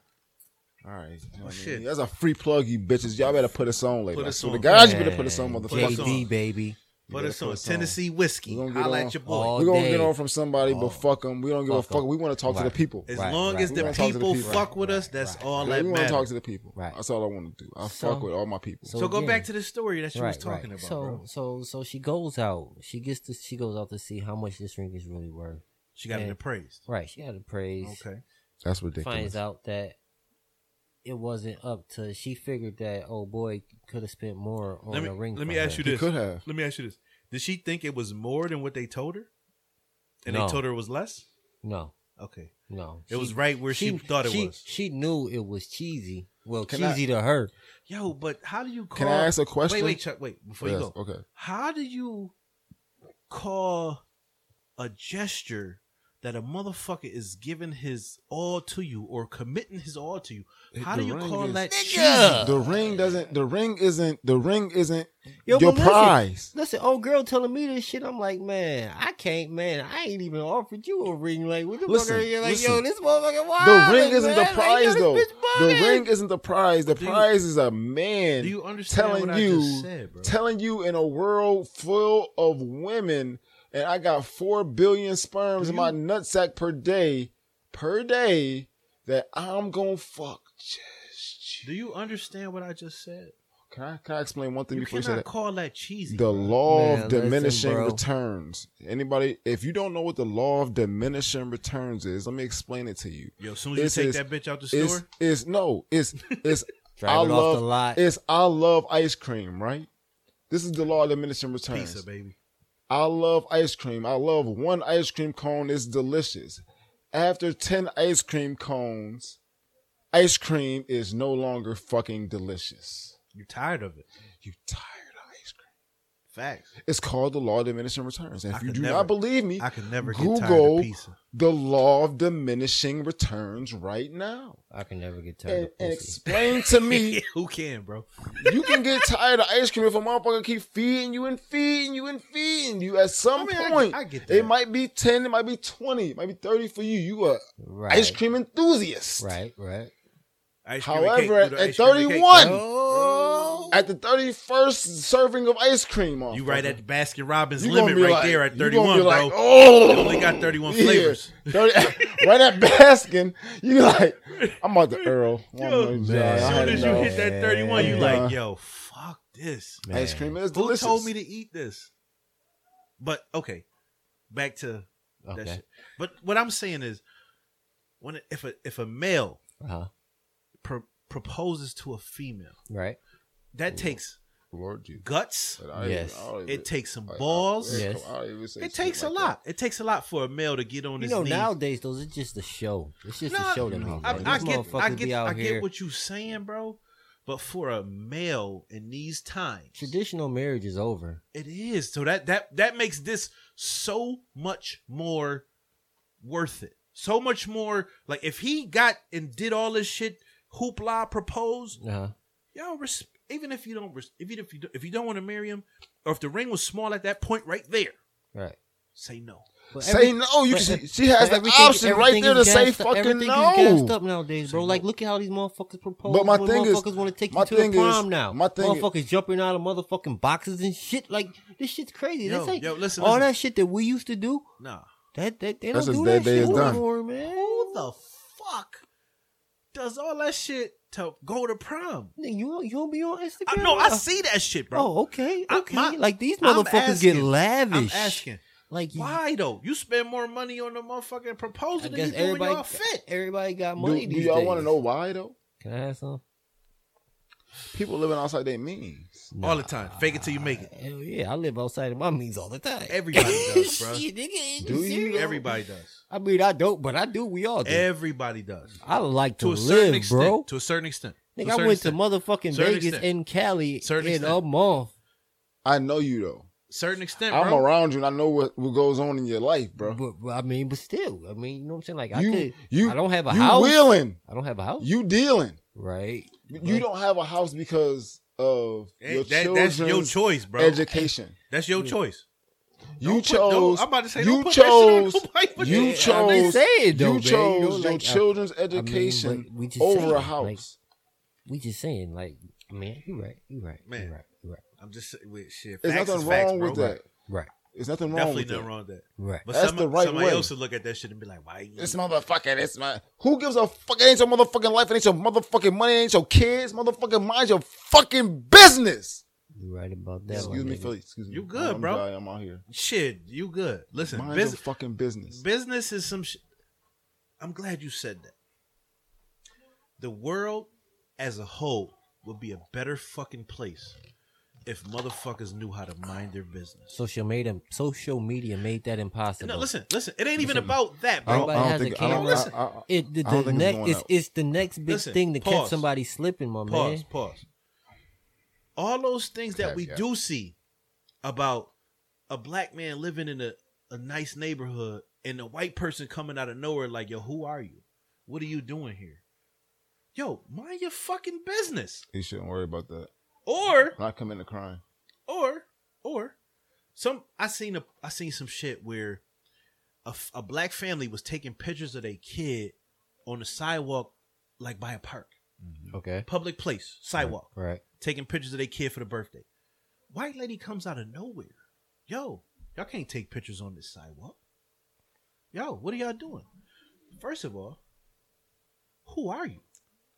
All right. You know what I mean? Oh, shit. That's a free plug, you bitches. Y'all better put us on later. Put I us swear to on. God, you better put us on, Man, motherfucker. Put us on. KD baby. Put gotta us on us Tennessee whiskey. We gonna get Holla on at your boy. all We gonna day. get on from somebody, but Oh. fuck them. We don't give a Fuck 'em. fuck. We want to talk to Right. the people. As Right, long right. as We the gonna people, talk to the people. fuck with Right, us, that's right, all Yeah, that we want matters. to talk to the people. Right. That's all I want to do. I So- fuck with all my people. so go again- back to the story that you was talking about. So bro. so so she goes out. She gets to she goes out to see how much this ring is really worth. She got Yeah. it appraised. Right, she got a praise. Okay. That's ridiculous. Finds out that it wasn't up to. She figured that oh boy could have spent more on Let a me ring. let me for ask her. you He this. could have. Let me ask you this. Did she think it was more than what they told her? And No. they told her it was less? No, Okay. no, It was right where she, thought it she- was. She knew it was cheesy. Well, Can I- cheesy to her. Yo, but how do you call Can I ask a question? Wait, wait, Chuck, wait, before Yes, you go. Okay. How do you call a gesture that a motherfucker is giving his all to you or committing his all to you? How The do you ring call is- that Nigga! The ring doesn't. The ring isn't. The ring isn't Yo, your but listen, prize. Listen, old "Oh, girl telling me this shit. I'm like, man, I can't, man. I ain't even offered you a ring. Like, what the Listen, fuck are you like, listen. yo, this motherfucker The wild. ring isn't the man. Like, yo, prize this though. bitch The bugging. ring isn't the prize. The Do you- prize is a man Do you understand telling what I you, just said, bro? telling you in a world full of women, and I got four billion sperms in my nutsack per day, per day, that I'm gonna fuck just you. do you understand what I just said? Can I, can I explain one thing You before you cannot say that? call that cheesy. The law Man, of listen, diminishing bro. returns. Anybody, if you don't know what the law of diminishing returns is, let me explain it to you. Yo, as soon as This you take is- that bitch out the It's, store, it's no, it's it's Drive I it off love the lot. it's I love ice cream, right? This is the law of diminishing returns. pizza, baby. I love ice cream. I love one ice cream cone is delicious. After 10 ice cream cones, ice cream is no longer fucking delicious. You're tired of it. You tired of ice cream. Facts. It's called the law of diminishing returns. And I if you could do never- not believe me, I can never get tired Google of pizza. the law of diminishing returns right now. I can never get tired And, of and pussy. explain to me, Who can, bro? you can get tired of ice cream if a motherfucker keep feeding you and feeding you and feeding you. At some mean, I get- point, I get that. it might be 10, it might be 20, it might be 30 for you. You are right. ice cream enthusiast. Right, right. Ice cream and cake, However, at, dude, ice cream and cake. 31, Oh. at the 31st serving of ice cream, you motherfucker, right at Baskin Robbins you gonna limit be right like- there at you gonna be 31, like, bro. oh, They only got 31 yeah, flavors. 30 right at Baskin, you like, I'm out the Earl. One Yo, more as job. As I soon as you know. hit that 31, you Yeah. like, yo, fuck this. ice cream is Who delicious. told me to eat this? But okay, back to that Okay. shit. But what I'm saying is, when if a if a male Uh-huh. pro- proposes to a female, Right. that takes Lord Jesus. guts. But I don't Yes. even- I don't even- It takes some I- I- balls. Yeah. Yes. I don't even say It shit takes a like that. lot. It takes a lot for a male to get on You his know, knees. nowadays those are just a show. It's just Nah, a show to me. I- I, Like, I these get, I motherfuckers get, be out I here. get what you saying, bro. But for a male in these times, Traditional marriage is over. it is. So that that that makes this so much more worth it. So much more. Like if he got and did all this shit, hoopla, propose, Uh-huh. y'all. Res- even if you don't, res- even if you do, if you don't want to marry him, or if the ring was small at that point right there, Right. say no. But Say every- no. You but- can, she but has the everything- option right everything there to is say gassed up- fucking everything is gassed no. up nowadays, bro. Like, look at how these motherfuckers propose. But my when thing is- motherfuckers want to take my you to a thing is- prom now. my thing is- motherfuckers jumping out of motherfucking boxes and shit. Like, this shit's crazy. Yo, This ain't- yo, listen, all listen. that shit that we used to do. Nah. That, that they That's don't do that just that day shit is done. anymore, man. Who the fuck does all that shit to go to prom? Nigga, You don't- you don't be on I, Instagram? no, I Uh, see that shit, bro. Oh, okay, I- okay. my- like these I'm motherfuckers asking- get lavish. I'm asking. Like, you- Why though? You spend more money on the motherfucking I proposal than guess you do when everybody y'all fit. everybody got Do, money. do these y'all want to days. know why though? Can I have some? People living outside their means. All the time. Fake it till you make it. Hell yeah, I live outside of my means all the time. Everybody does, bruh. Shit, nigga, Do you you? serious? Everybody does. I mean, I don't, but I do. We all do. Everybody does. I like to, To a certain live, extent. bro. To a certain extent. To a Nigga, I certain went extent. to motherfucking Certain Vegas extent. and Cali Certain in a extent. month. I know you though. certain extent, I'm bro. around you and I know what, what goes on in your life, bro. But, but I mean, but still, I mean, you know what I'm saying? Like, I You- could. you- I don't have a you house. willing. I don't have a house, You dealing. right? You don't have a house because of Hey, your that- that's your children's choice, bro. education. that's your choice. You Don't put- don't- chose. I'm about to say, You don't put that shit on chose. nobody, but- You Yeah, I chose. mean, say it, though, you baby. You chose know, your like, I- children's mean, education but we just over saying, a like, house. We just saying, like, Man, you're right. You're right. Man. You're right. You're right. I'm just with shit. There's Facts nothing is facts, wrong bro. with that. Right. There's nothing wrong Definitely with that. nothing wrong with that. Right. But That's some, the right somebody way. else would look at that shit and be like, "Why?" You This motherfucker, this man. Who gives a fuck? It ain't your motherfucking life. It ain't your motherfucking money. It ain't your kids. Motherfucking mind your fucking business. You're right about that excuse one. me, nigga. Philly. Excuse me. You good, I'm bro? Sorry, I'm out here. shit, you good? Listen, Mind bus- your fucking business. business is some. Sh- I'm glad you said that. The world as a whole would be a better fucking place if motherfuckers knew how to mind their business. Social media, social media made that impossible. No, listen, listen. It ain't even about that, bro. Everybody I don't has think- a I don't- camera. listen. I- I- it, the, I don't the think it's next, going it's, out. it's the next big Listen, thing to catch pause. somebody slipping, my pause, man. pause. All those things that we Caveat. do see about a black man living in a, a nice neighborhood and a white person coming out of nowhere, like, yo, who are you? What are you doing here? Yo, mind your fucking business. You shouldn't worry about that. Or, When I come into crime, or, or, some I seen a I seen some shit where a, f- a black family was taking pictures of their kid on the sidewalk, like by a park, Okay. public place, sidewalk Right. taking pictures of their kid for the birthday. White lady comes out of nowhere. Yo, y'all can't take pictures on this sidewalk. Yo, what are y'all doing? First of all, who are you?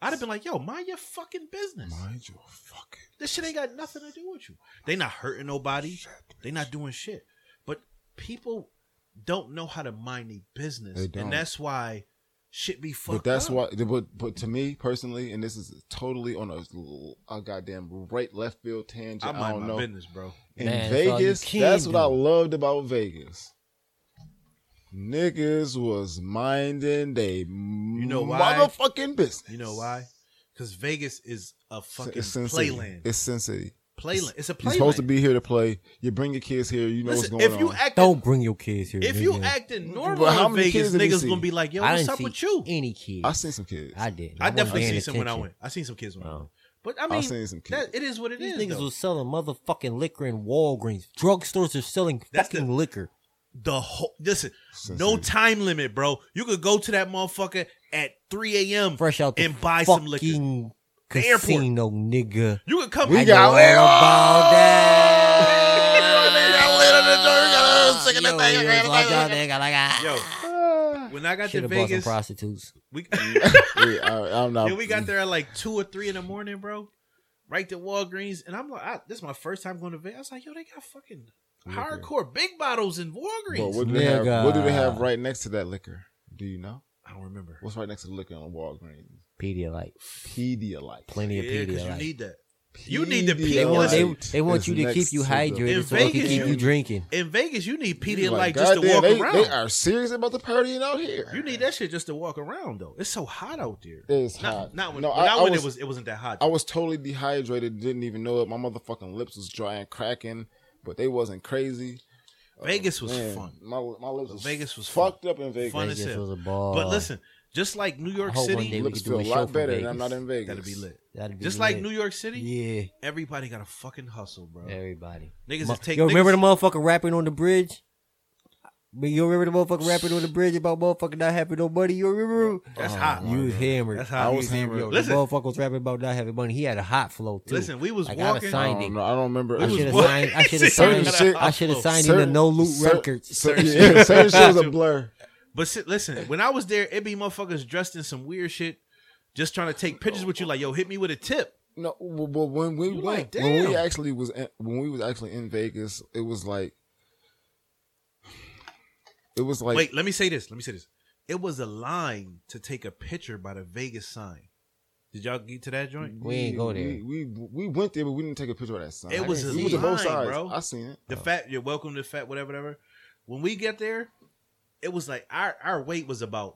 I'd have been like, yo, mind your fucking business. mind your fucking. This shit ain't got nothing to do with you. They not hurting nobody. They not doing shit. But people don't know how to mind their business. They don't. And that's why shit be fucked But that's up. why. But but to me personally, and this is totally on a, a goddamn right left field tangent. I I, mind don't my know. business, bro. In Man, that's all you Vegas, can that's what I do. loved about Vegas. Niggas was minding they you know why? motherfucking business. You know why? Because Vegas is a fucking it's Sin City. playland. It's Sin City. playland. It's a playland. You're supposed to be here to play. You bring your kids here. You know Listen, what's if going you on. acting, Don't bring your kids here. if you nigga. acting normal But how in many Vegas, kids have you niggas seen? gonna be like, yo, I what's didn't up see with you? Any kids? I seen some kids. I didn't. I wasn't definitely paying seen some when I attention. went. I seen some kids when I Oh. went. But I I mean, seen some kids. that- it is what it These is. niggas though. was selling motherfucking liquor in Walgreens. Drugstores are selling That's fucking the- liquor. the whole listen, Sin no City. time limit, bro. You could go to that motherfucker at 3 a.m. Fresh out the and buy some liquor. fucking The airport. casino, nigga. You could come. We I got- know all lit up. about that. We got lit up. We got lit up. We Yo, yo, got lit up. it's like y'all nigga, like, ah. yo, when I got Should to have bought some Vegas, prostitutes. we. Ah. Yeah, I, am not. Yeah, we got there at like two or three in the morning, bro. Right to Walgreens, and I'm like, I, this is my first time going to Vegas. I was like, yo, they got fucking hardcore big bottles in But Walgreens. what do they have? Nigga. What do they have right next to that liquor? Do you know I don't remember. what's right next to the liquor on Walgreens? Pedialyte. Pedialyte. Plenty of Yeah, because you Pedialyte. need that. You need the they, want, they, Pedialyte. they want is you to next keep you to the- In hydrated so they can Vegas, keep you- you drinking. In Vegas, you need You're Pedialyte like, just to "Goddamn, walk they, around. They are serious about the partying out here. you need that shit just to walk around, though. It's so hot out there. It's not, hot. Not when, No, when I- I, I went, was- it was it wasn't that hot. I was totally dehydrated, didn't even know it. My motherfucking lips was dry and cracking, but they wasn't crazy. Oh, Vegas was Man, fun. My my lips was Vegas was fucked fun. up in Vegas. Fun as Vegas hell. was a ball. But listen, just like New York Uh, I hope one day City, we lips could do feel a a show lot from better, and Vegas. I'm not in Vegas. that'll be lit. That'd be Just lit. like New York City, Yeah, everybody got to fucking hustle, bro. everybody. Niggas Mu- is take- Yo, remember niggas- the motherfucker rapping on the bridge? But you remember the motherfucker rapping on the bridge about motherfucker not having no money? You remember? That's hot. You Oh, was hammered. That's how I I was hammered. Yo, Listen. the motherfucker was rapping about not having money. He had a hot flow too. Listen, we was Like, walking. I I signed don't it. know. I don't remember. We I was should have walking. signed. I should have Certain signed. shit- I should have signed in the Certain- No Loot certain- Records. Certain, Certain yeah, shit. certain shit was a Too. blur. But si- listen, when I was there, it be motherfuckers dressed in some weird shit, just trying to take pictures with you. Like, yo, hit me with a tip. No, well, well, when we You went, like, when we damn. actually was in, when we was actually in Vegas, it was like, it was like Wait, let me say this. Let me say this. It was a line to take a picture by the Vegas sign. Did y'all get to that joint? We ain't go there. We, we we went there, but we didn't take a picture of that sign. It was a we went to both line, sides. bro. I seen it. The fat, you're welcome to fat, whatever, whatever. When we get there, it was like our our wait was about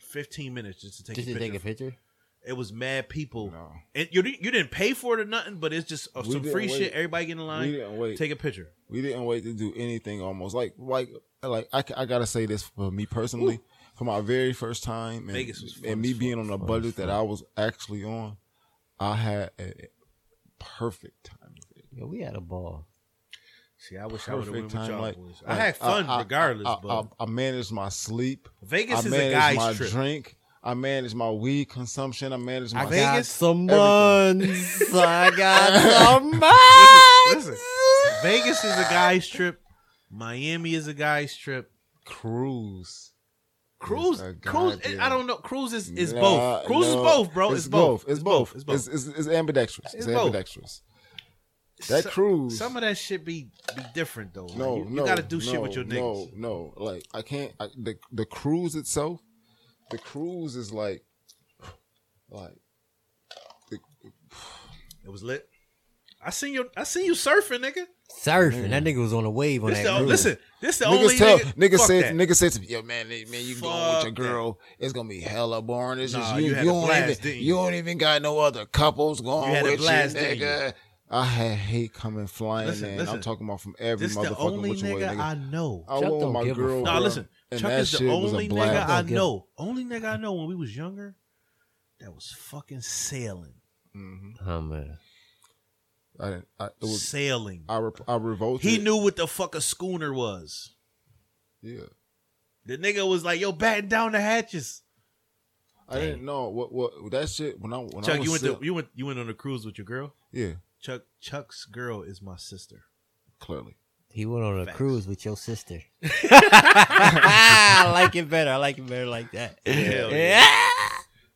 fifteen minutes just to take, Just a, to picture. take a picture. It was mad people, No. and you di- you didn't pay for it or nothing, but it's just uh, We some didn't free wait. shit. Everybody get in We line, didn't wait. take a picture. we didn't wait to do anything. Almost like like like I, I gotta say this for me personally, for my very first time, and, Vegas was fun and me as fuck, being on a budget that I was actually on, I had a perfect time. in Vegas. Yo, we had a ball. See, I wish I would have went with Perfect time, y'all like- boys. I like, had fun I- I- regardless, I, but I, I managed my sleep. Vegas I is a managed guy's my trip. drink. I manage my weed consumption. I manage my. I think- Vegas, some everything. buns. I got some Listen, buns. Vegas is a guy's trip. Miami is a guy's trip. cruise. Cruise, a cruise. goddamn- I don't know. Cruise is, is Nah, both. Cruise no. is both, bro. It's, both. It's both. It's It's both. It's, it's, ambidextrous. It's It's, both. ambidextrous. That So- cruise. Some of that shit be be different though. Like, no, you, you no, gotta do shit no, with your No, niggas. no, like I can't. I, the the cruise itself, the cruise is like, like It was lit. I seen you. I seen you surfing, nigga. Surfing. That nigga was on a wave on This that the, cruise. listen, this the only niggas tell nigga. niggas fuck said that. niggas said to me, yo man, they- man, you can go with your Fuck girl. It's gonna be hella boring. It's Nah, just you. you You, had a don't blast, even didn't you? you? don't even got no other couples going You had a with blast, you, didn't you? nigga. I had hate coming flying Listen, in. I'm listen. talking about from every This the motherfucking only which nigga, way, nigga. I know. I Chuck want don't my give a girl. fuck. Nah, bro, listen. and Chuck that is the shit was a only blast. nigga I Don't give- know. Only nigga I know when we was younger that was fucking sailing, Mhm. Oh, man. I didn't. I, it was. sailing. I, re- I revolted. He knew what the fuck a schooner was. Yeah. The nigga was like, "Yo, batten down the hatches." I didn't know what what that shit when I when I Chuck, was you went sick, to, you went you went on a cruise with your girl. yeah Chuck Chuck's girl is my sister. clearly He went on a Facts. cruise with your sister. I like it better. I like it better like that. Hell yeah. yeah.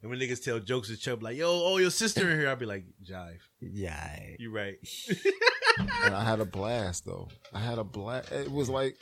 And when niggas tell jokes to Chuck, like, "Yo, oh your sister in here," I'll be like, "Jive, Yeah. you right." and I had a blast though I had a blast it was like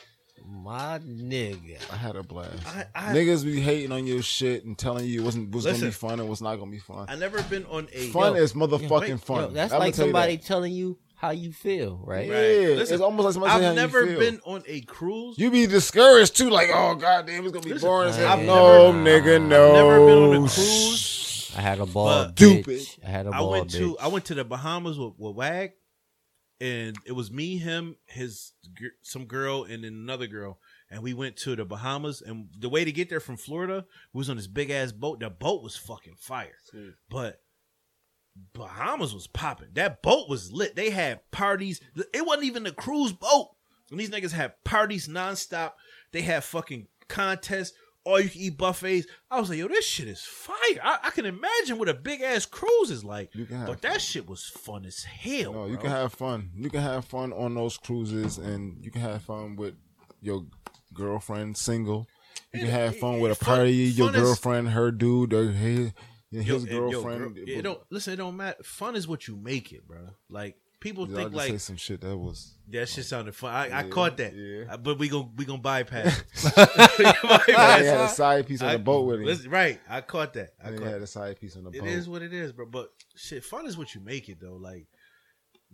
My nigga. I had a blast I I, niggas be hating on your shit and telling you what's was gonna be Listen. fun and what's not gonna be fun I never been on a fun yo, is motherfucking yo, fun Yo, that's I'ma like tell you somebody that. telling you how you feel, right? Right. yeah Listen, it's almost like somebody I've saying how never you feel. been on a cruise. you be discouraged too like oh goddamn it's gonna be Listen, boring as hell I've no never- nigga no I've never been Oh, on a cruise. I had a ball, But- bitch. Stupid. I had a I ball, went to bitch. I went to the Bahamas with, with Wag, and it was me, him, his gir- some girl, and then another girl, and we went to the Bahamas. And the way to get there from Florida we was on this big ass boat. The boat was fucking fire, but Bahamas was popping. That boat was lit. They had parties. It wasn't even a cruise boat. And these niggas had parties nonstop. They had fucking contests. All you can eat buffets. I was like, yo, this shit is fire. I, I can imagine what a big ass cruise is like. You can have But that shit was fun as hell. No, you bro. can have fun. You can have fun on those cruises, and you can have fun with your girlfriend, single. You can have fun with a Fun- party, your fun is- girlfriend, her dude, or his, Yo, his and- yo, girlfriend. girl- it don't listen. It don't matter. Fun is what you make it, bro. Like people Y'all think just like say some shit that was. that shit sounded fun. I, I Yeah, caught that, yeah. Uh, but we gon' we gonna bypass. it. We gonna I bypass had a it. side piece on I- the boat with him. listen, right, I caught that. I I caught had that. a side piece on the It boat. is what it is, bro. But shit, fun is what you make it, though. Like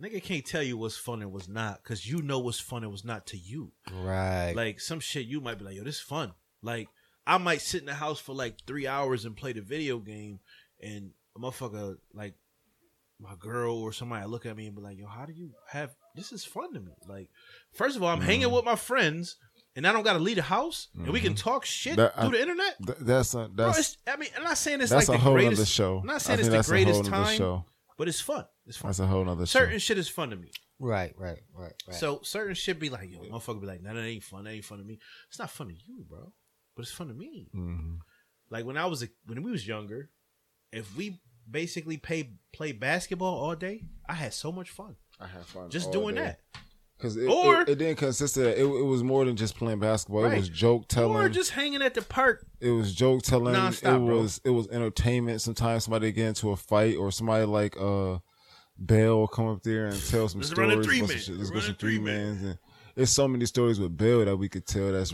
nigga can't tell you what's fun and what's not, cause you know what's fun and what's not to you. right. Like some shit you might be like, yo, this is fun. Like I might sit in the house for like three hours and play the video game, and a motherfucker like my girl or somebody look at me and be like, yo, how do you have this? Is fun to me. Like first of all, I'm hanging Mm-hmm. with my friends, and I don't got to leave the house, and we can talk shit That- through I- the internet. Th- that's a Bro, that's it's, I mean, I'm not saying it's that's like a the whole greatest other show. I'm not I saying think it's the that's a whole greatest nother time, show. but it's fun. It's fun. That's a whole other Certain show. shit is fun to me. right, right, right, right. So certain shit be like, yo, motherfucker be like, no, that ain't fun. That ain't fun to me. It's not fun to you, bro. But it's fun to me. Mhm. Like when I was a, when we was younger, if we basically pay play basketball all day, I had so much fun I had fun just all doing day. that. Cause it, Or- it, it didn't consist of that. It, it was more than just playing basketball. It Right. was joke telling. Or just hanging at the park. it was joke telling. Nonstop, it bro. was it was entertainment. Sometimes somebody get into a fight or somebody like uh Bell will come up there and tell some Let's stories. run a three about some man. shit. Let's Let's go run some a three three mans. And there's so many stories with Bell that we could tell. That's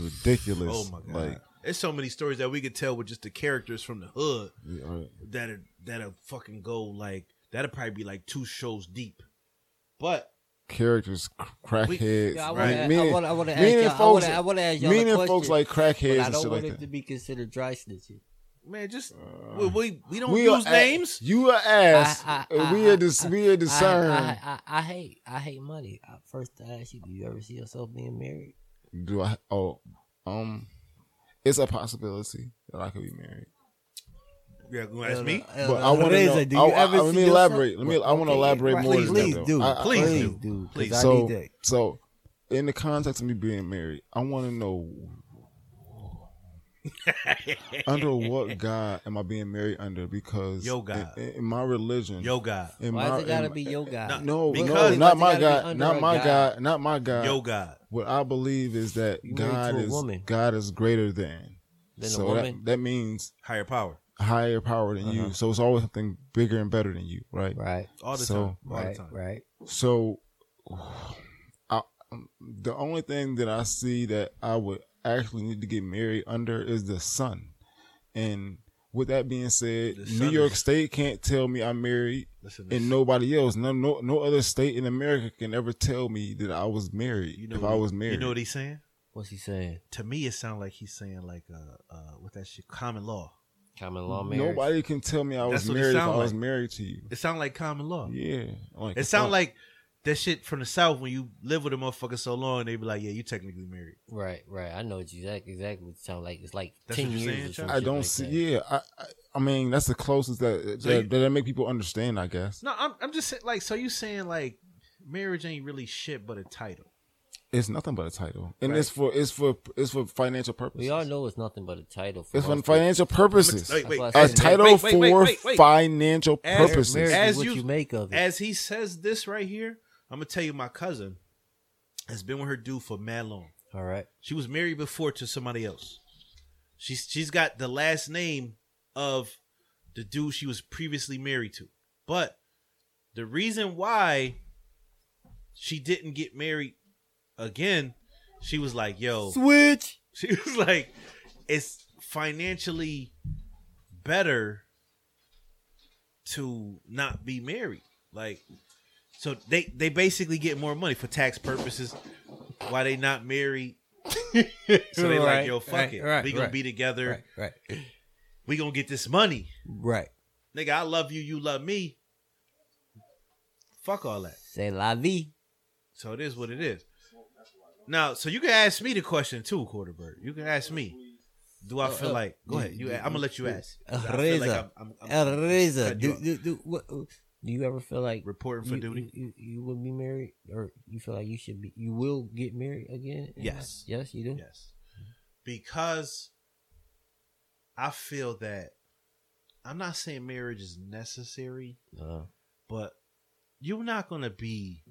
Oh ridiculous. my god. Like There's so many stories that we could tell with just the characters from the hood yeah, all right. that are that'll fucking go like that'll probably be like two shows deep. But characters, cr- crackheads. Yeah, I Right. wanna, I Meaning- wanna, I wanna ask meaning y'all. I wanna, folks- I wanna ask y'all a meaning question, folks like but crackheads I and don't shit want like it to that. be considered dry snitching. man, just we, we we don't Uh, We use are a- names. You are ass. I- I- and I- we I- are dis- we are discern. I, I, I, I hate, I hate money. I, first, I ask you, do you ever see yourself being married? Do I? Oh, um, it's a possibility that I could be married. Yeah, gonna ask me. But I want to Raisa, know. Uh, do I- you I- ever let see me yourself- elaborate. Let me. I want to Okay, elaborate right. more. Please, than that, please though. do. I- I- Please do. do. 'cause Please. I So, need that. so in the context of me being married, I want to know under what God am I being married under? Because Your God. in, in- in my religion, Yo, God. in Why my, does it gotta in- be your guy? No, Because- no, not Why my does it gotta be God, under not a my God? God, not my God. Yo, God. What I believe is that You married God to a is woman. God is greater than. Than a so woman? That, that means Higher power. higher power than Uh-huh. you. So it's always something bigger and better than you, right? Right, All the So- time. All right, the time. right. So, I, um, the only thing that I see that I would actually need to get married under is the sun. And with that being said, The New sun York is- State can't tell me I'm married, Listen, and nobody else, no, no, no other state in America can ever tell me that I was married. you know if what- I was married, You know what he's saying? What's he saying? To me, it sounds like he's saying like uh, uh, what that shit, common law. Common law marriage. nobody can tell me I was That's what it married if I sound was like. married to you. It sounds like common law. Yeah, like It sounds like that shit from the south when you live with a motherfucker so long, they be like, yeah, you technically married. Right, right. I know what you exactly exactly what you sound like. It's like That's ten what you're years. saying, or some Chuck? I shit don't like see. that. Yeah, I, I, I mean that's the closest that So you- that, that make people understand. I guess No, I'm, I'm just saying, like, so you saying like marriage ain't really shit but a title. It's nothing but a title, and Right. it's for it's for it's for financial purposes. We all know it's nothing but a title. For it's for most financial purposes. Wait, wait, That's a why I said- title wait, wait, wait, for wait, wait. financial As- people. purposes. Marriage is As what you- you, make of it. As he says this right here, I'm gonna tell you my cousin has been with her dude for mad long. all right. She was married before to somebody else. She's she's got the last name of the dude she was previously married to. But the reason why she didn't get married again, she was like, yo, Switch. she was like, it's financially better to not be married. Like, so they they basically get more money for tax purposes. Why they not married? so they like, Right, yo, fuck right, it. right, we gonna right, be together. Right, right, We gonna get this money, right. nigga. I love you. You love me. Fuck all that. Say la vie. So it is what it is. Now, so you can ask me the question too, Quarterberg. You can ask me. Do I feel uh, like? Go you- ahead. You, you- I'm gonna let you ask. I feel like Reza, I'm- I'm- I'm- Reza. cut you Do, off. do, do, what, uh, do you ever feel like Reporting for you, duty? You, you, you would be married, or you feel like you should be? You will get married again? in Yes. life? yes, you do. Yes, because I feel that I'm not saying marriage is necessary, Uh, but you're not gonna be.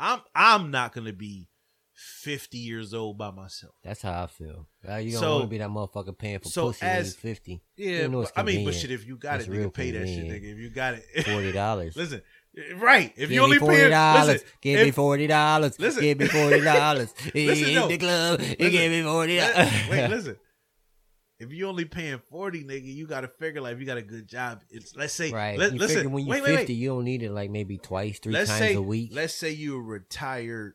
I'm I'm not gonna be 50 years old by myself. that's how I feel. Uh, you don't So- want to be that motherfucker paying for so pussy when as- you're fifty. Yeah, You know but- it's I mean, but convenient. shit, if you got That's it, real nigga, pay that shit, convenient. nigga. If you got it, Forty dollars. Listen, right? If you Give me only forty pay, dollars. listen, Give me if, forty dollars. Listen. Give me forty dollars. Listen, In no. the club, you Listen. give me forty dollars. li- wait, listen. If you only paying forty, nigga, you got to figure like if you got a good job. It's let's say, Right. Let, you listen, figure when you're wait, 50, wait, wait. you don't need it like maybe twice, 3 Let's times say, a week. let's say you're a retired.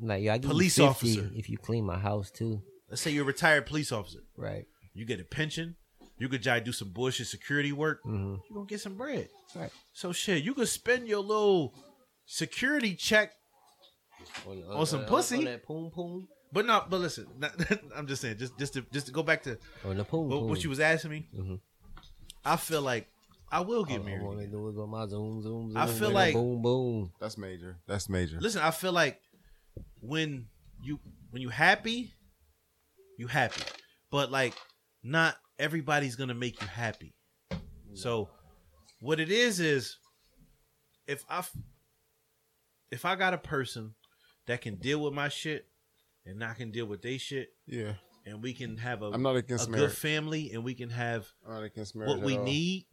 Like, yo, I give police you 50 officer. if you clean my house too. Let's say you're a retired police officer. Right. You get a pension. You could try to do some bullshit security work. Mm-hmm. You gonna get some bread. Right. So shit, you could spend your little security check On, On some pussy? On that poom poom. But no, but listen, not, I'm just saying, just just to just to go back to On the what, poom poom. Mm-hmm. what you was asking me. Mhm. I feel like I will Uh, get All I want to married. do is on my zoom zoom zoom. I feel and like- boom boom. That's major. That's major. Listen, I feel like when you when you happy, you happy, but like not everybody's gonna make you happy. So what it is is if I f- if I got a person that can deal with my shit and I can deal with they shit Yeah, and we can have a I'm not a against good marriage. family and we can have I'm not against marriage. what at we all. need,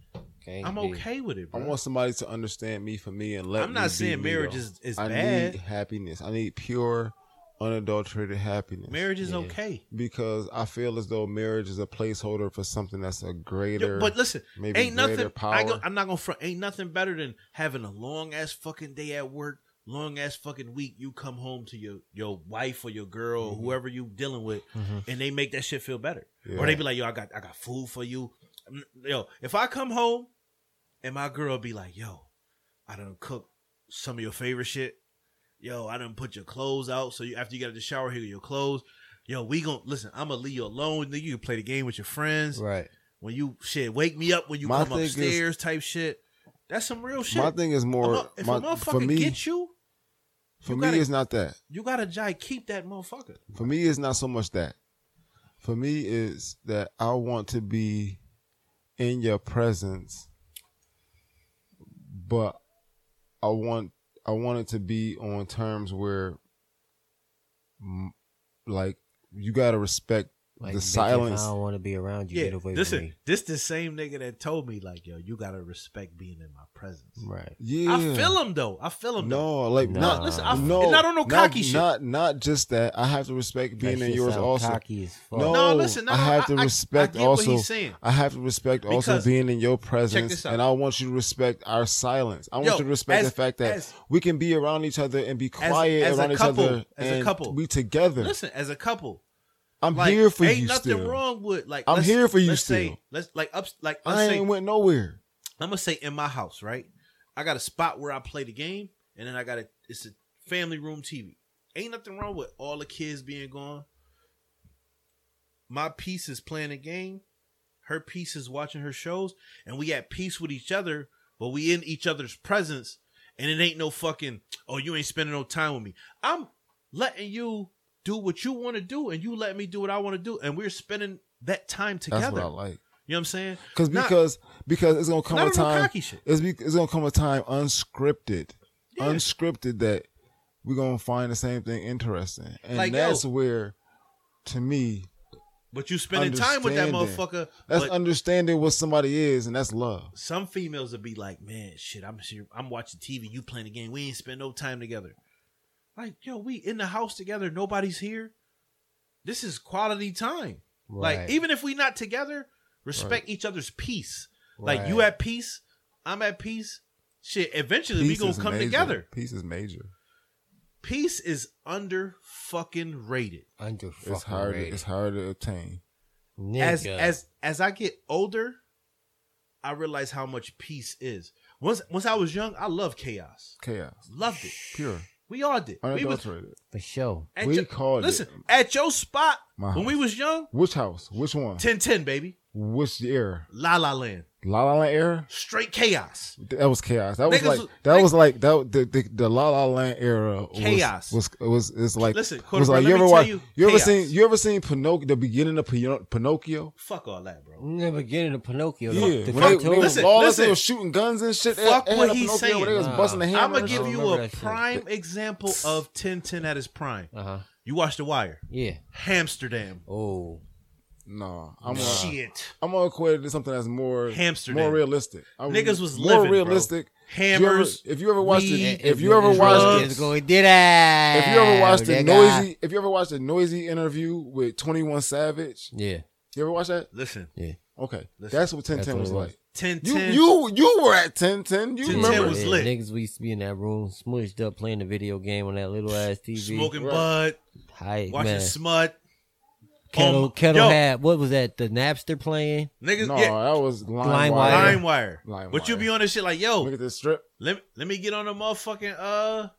Can't I'm be. okay with it, I bro. want somebody to understand me for me and let. I'm not me be saying me, marriage though. is- is I bad. need happiness. I need pure, unadulterated happiness. Marriage is Yeah. okay. because I feel as though marriage is a placeholder for something that's a Yo, greater. but listen, maybe ain't nothing. greater I go, power. I'm not gonna front. Ain't nothing better than having a long ass fucking day at work, long ass fucking week. You come home to your your wife or your girl Mm-hmm. or whoever you dealing with, and they make that shit feel better. Or they Yeah. be like, yo, I got I got food for you. Mm, Yo, if I come home and my girl be like, yo, I done cooked some of your favorite shit. Yo, I done put your clothes out. So you after you get out of the shower, here are your clothes. Yo, we gon' listen. I'm gonna leave you alone. Then you can play the game with your friends Right. when you shit wake me up when you My come thing is- upstairs type shit. That's some real shit. my thing is more. If a- if my- a motherfucker for me, get you, for you me, gotta- it's not that. you gotta jai keep that motherfucker. For me, it's not so much that. for me is that I want to be in your presence, but I want I want it to be on terms where, mm, like, you gotta respect Like, the bitch, if silence. I don't want to be around you. Yeah, get away listen, from me. this the same nigga that told me like, yo, you gotta respect being in my presence. Right. Yeah, I feel him though. I feel him. though. No, like Nah. not. Listen, I- no, not on no cocky not, shit. Not not just that. I have to respect being That in shit yours sound also. Cocky as fuck. No, No, listen, no, I no, have I- to I- I respect get what also. he's saying. I have to respect also Because- being in your presence, this out. and I want you to respect our silence. I want Yo, you to respect as- the fact that as- we can be around each other and be quiet as a around each couple- other as a and couple. we together. Listen, as a couple, I'm like, here for ain't you nothing still. wrong with like. I'm let's- here for you let's still. Say, let's like up like let's I say, ain't went nowhere. I'm gonna say in my house, right? I got a spot where I play the game, and then I got a it's a family room TV. Ain't nothing wrong with all the kids being gone. My piece is playing a game, her piece is watching her shows, and we at peace with each other, but we in each other's presence, and it ain't no fucking oh you ain't spending no time with me. I'm letting you do what you want to do, and you let me do what I want to do, and we're spending that time together. That's what I like. You know what I'm saying? Cause Not- because because it's gonna come not a on no time. cocky shit. It's be, it's gonna come a time unscripted, Yeah. unscripted that we're gonna find the same thing interesting, and Like, yo. that's where, to me, But you spending time with that Understanding. motherfucker. that's but understanding what somebody is, and that's love. some females would be like, "Man, shit, I'm here- I'm watching TV. You playing the game. We ain't spend no time together. Like, yo, we in the house together. Nobody's here. This is quality time. Right. Like, even if we not together, respect each other's peace. Like, you Right. at peace, I'm at peace. Shit, eventually we Peace gonna is come major. together. Peace is major. Peace is under fucking rated. Under fucking It's hard. rated. It's hard to obtain. Nigga. as as as I get older, I realize how much peace is. Once once I was young, I loved chaos. Chaos, Loved it. pure, We all did. We was unadulterated. for sure. at we your- called it. listen, at your spot My when house. we was young, Which house? Which one? 10-10, baby. Which era? La La Land. La La Land era. Straight chaos. That was chaos. That was Niggas like was- that nigg- was like that the the, the La La Land era. was- Chaos. was was, it's like Listen, was Cordova, let like you me ever tell watch, you, you, ever chaos. seen you ever seen Pinocchio the beginning of Pino- Pinocchio? Fuck all that, bro. In the beginning of Pinocchio, Yeah, the, the when they, when they cartoon, was Listen, lawless, they listen. was shooting guns and shit. They- Fuck they had what a he's Pinocchio where They was saying. busting the hammer. I'm gonna and give shit. you remember a that shit. prime example of 10-10 at his prime. Uh-huh. You watch The Wire. Yeah. Hamsterdam. Oh. No, I'm gonna, Shit. I'm gonna equate it to something that's more Hamsterdam. more realistic. I'm Niggas was more living, bro. realistic. Hammers, You ever- if you ever watched weed, it, if you ever it's watched really- drugs. it, it's going, did I? if you ever watched a That guy. noisy, if you ever watched a noisy interview with Twenty One Savage, Yeah. you ever watch that? Listen, Yeah. Okay, Listen, that's what Ten that's Ten what was it was. like. You 10-10. you you were at Ten Ten. You 10-10 remember? was Yeah, lit. Niggas we used to be in that room, smushed up playing the video game on that little ass TV. smoking Right. bud, Hype, watching man. smut. Kettle, Um, Kettle yo. had what was that? The Napster playing. Niggas, no, yeah, that was Line line wire. wire. LimeWire. LimeWire. But you be on this shit like, Look yo, at this strip. let, let me get on the motherfucking, uh,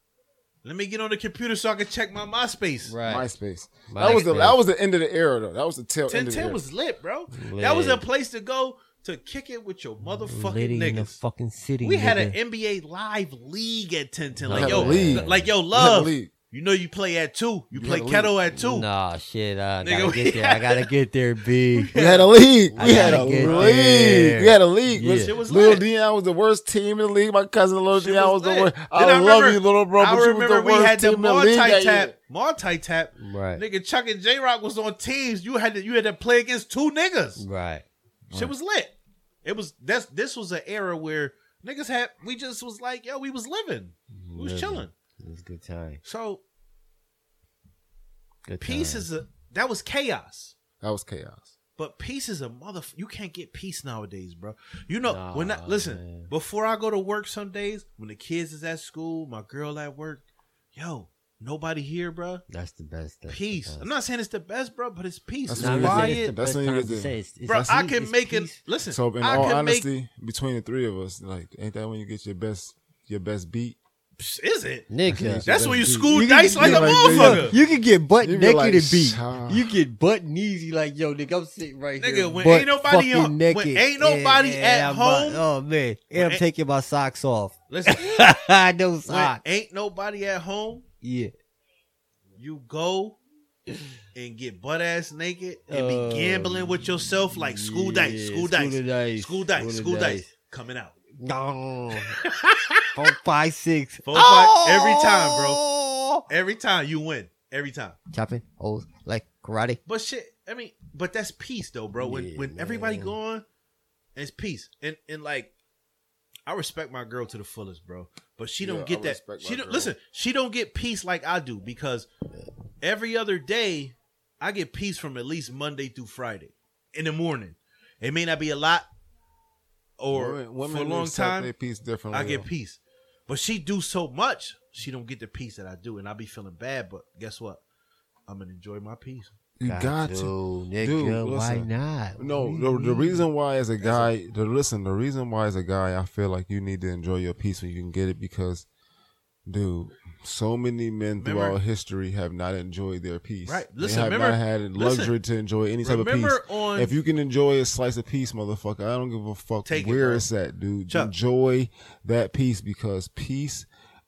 let me get on the computer so I can check my MySpace. MySpace. That was the MySpace. that was the end of the era though. That was the tail end of the 1010 era. was lit, bro. That was a Lit. place to go to kick it with your motherfucking Litty in the niggas. fucking city. we had an nigga. NBA live league at 1010. We Like, had yo, a league. like, yo, We had the love. league. You know you play at two. You We play had a kettle at two. Nah, shit. I Nigga, gotta we get there. I had- gotta get there, B. We had a league. I We had a gotta get league. there. We had a league. Yeah. Shit was Little lit. Dion was the worst team in the league. My cousin Little Shit Dion was, was the lit. worst. Then I, I love remember- you, little bro. I But you was remember the we worst had the team in the league. multi that tap, year. multi tap. Right. Nigga, Chuck and J Rock was on teams. You had to you had to play against two niggas. Right. Shit was lit. It was that's this was an era where niggas had we just was like yo we was living, we was Living. chilling. It was a good time. So Good peace time. is a that was chaos. That was chaos. But peace is a mother. You can't get peace nowadays, bro. You know when I, Nah, listen man. before I go to work. Some days when the kids is at school, my girl at work. Yo, nobody here, bro. That's the best. That's the Peace. best. I'm not saying it's the best, bro, but it's peace. That's It's Nah, I'm what not Why saying it's the quiet, That's best what you time could to do. say it's- it's- bro. I it's can make it. peace. Listen, So in I all can make. honesty, between the three of us, like ain't that when you get your best your best beat? Psh, Is it? Nigga, That's when you beat. school You can- dice like yeah, a like, motherfucker. You can get butt You be naked like, and beat. "Shh." You get butt easy like yo, nigga. I'm sitting right here. Nigga, when butt ain't nobody fucking on- naked. when ain't nobody at I'm home- about- oh man, and I'm ain't- taking my socks off. Listen, no when socks. ain't nobody at home. Yeah, You go and get butt ass naked and be gambling with yourself like school dice, school dice, school dice, school dice coming out. Dong. Four, five, six. Oh! Four, five- every time, bro. Every time you win, every time. Chopping holes like karate. But shit, I mean, but that's peace though, bro. When Yeah, when everybody man. gone, it's peace. And and like, I respect my girl to the fullest, bro. But she don't Yeah, get I that. respect my She don't girl. listen. She don't get peace like I do because every other day I get peace from at least Monday through Friday in the morning. It may not be a lot, or women, for a long time They piece differently. I get though. peace. But she do so much, she don't get the peace that I do, and I be feeling bad. But guess what? I'm gonna enjoy my peace. You got, to. nigga. Dude, why listen. not? No, What the, do you the mean? reason why as a guy, the listen, the reason why as a guy, I feel like you need to enjoy your peace when you can get it because, dude, so many men Remember- throughout history have not enjoyed their peace. Right. Listen, they have remember- not had the listen. luxury to enjoy any type of peace. Remember on- if you can enjoy a slice of peace, motherfucker, I don't give a fuck Take it, where bro. it's at, dude. Chuck. Enjoy that peace because peace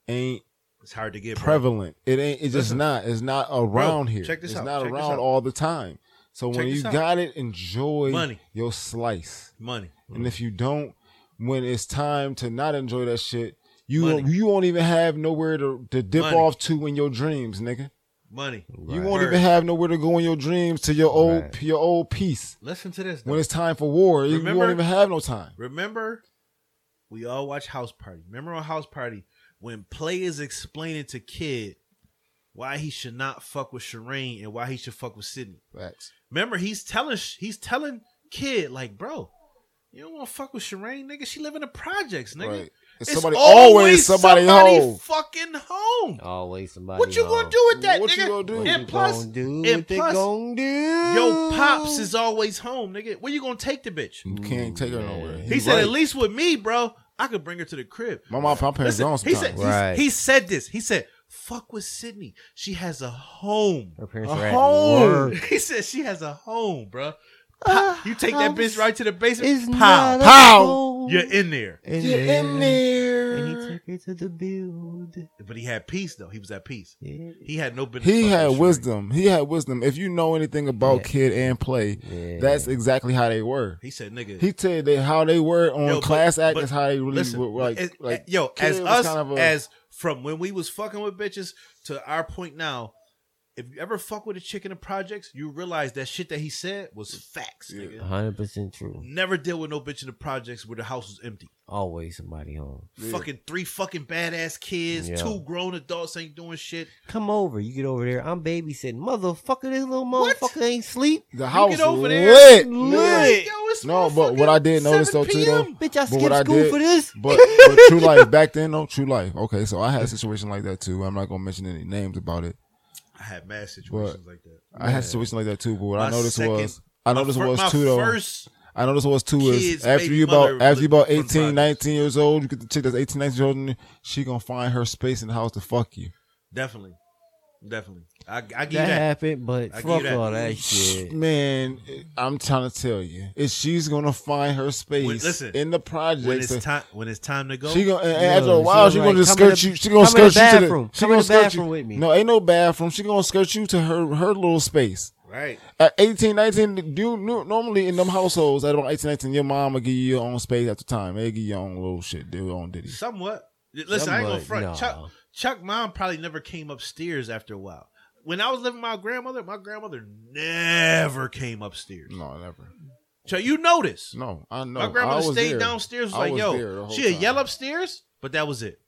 ain't It's hard to get bro. prevalent. It ain't. It's just Listen. not. It's not around here. check this it's out, not check this around out. all the time. So Check when you this out. got it, enjoy Money. Mm. your slice. money. And if you don't, when it's time to not enjoy that shit, you Money. won't, you won't even have nowhere to, to dip Money. off to in your dreams, nigga. Money. You Right. won't Word. even have nowhere to go in your dreams to your old Right. your old peace. Listen to this. When Though. it's time for war, you Remember- won't even have no time. Remember, we all watch House Party. Remember on House Party when Play is explaining to Kid why he should not fuck with Shireen and why he should fuck with Sydney. Facts. Remember, he's telling he's telling Kid like, bro, you don't want to fuck with Shireen, nigga. She live in the projects, nigga. Right. It's somebody always somebody, home. fucking home. Always somebody. What you on. gonna do with that, What you nigga? gonna do? What And you And plus, gonna do? and what they plus, gonna do? Yo, pops is always home, nigga. Where you gonna take the bitch? You can't take her nowhere. Mm, He He's said, right. "At least with me, bro, I could bring her to the crib." my mom, my parents Listen, don't he sometimes. said, Right. he, he said this. He said, "Fuck with Sydney. She has a home." Her parents A are at home. work. He said, "She has a home, bro. Uh, You take that bitch right to the basement. not Pow, a Pow. home. you're in there." And Get in then- And he there. took her to the build. But he had peace though. He was at peace. Yeah. He had no business. He fucking had Sheree. wisdom. He had wisdom. If you know anything about Yeah. kid and play, Yeah. that's exactly how they were. He said, "Nigga, He tell you they, how they were on Yo, but- class act but is how they really Listen, were. Like, it- like it- yo, Kid as was us, kind of a- as from when we was fucking with bitches to our point now, if you ever fuck with a chick in the projects, you realize that shit that he said was facts. Yeah. Nigga. Hundred percent true. Never deal with no bitch in the projects where the house was empty. Always somebody home. Yeah. Fucking three fucking badass kids, Yeah. two grown adults ain't doing shit. Come over. You get over there. I'm babysitting. Motherfucker, this little motherfucker ain't sleep. the house get over lit. there, lit. Yo, it's No, but what I did notice though too though, Bitch, I but what skipped school did, for this. But, but true life back then though, true life. Okay, so I had a situation like that too. I'm not gonna mention any names about it. I had mad situations like that. I had a situation like that too. But what I My noticed second- was, I noticed my fir- was my too though. First, I know this was too Kids, is after baby you mother about after you about from 18, projects. 19 years old, you get the chick that's 18, 19 years old, and she gonna find her space in the house to fuck you. definitely, definitely, I, I give that, you that. happened, but I give fuck you that. all that shit. Man, I'm trying to tell you, if she's gonna find her space When- listen, in the When projects, it's time, when it's time to go, she gonna and No, after a she while she like, gonna just come in skirt the- you. She gonna come in the skirt you to bathroom. the. She Come in gonna the skirt you. bathroom with me. No, ain't no bathroom. She gonna skirt you to her her little space. right? At 18, 19, you knew- normally in them households at about 18, 19, your mom will give you your own space at the time. They give you your own little shit, do your own ditty. Somewhat. Listen, I ain't gonna Somewhat, front. nah. Chuck, Chuck, mom probably never came upstairs after a while. When I was living with my grandmother, my grandmother never came upstairs. No, never. Chuck, you notice? No, I know. my I grandmother was stayed there. downstairs. Was I like, was there the yo, whole she'll time. yell upstairs, but that was it.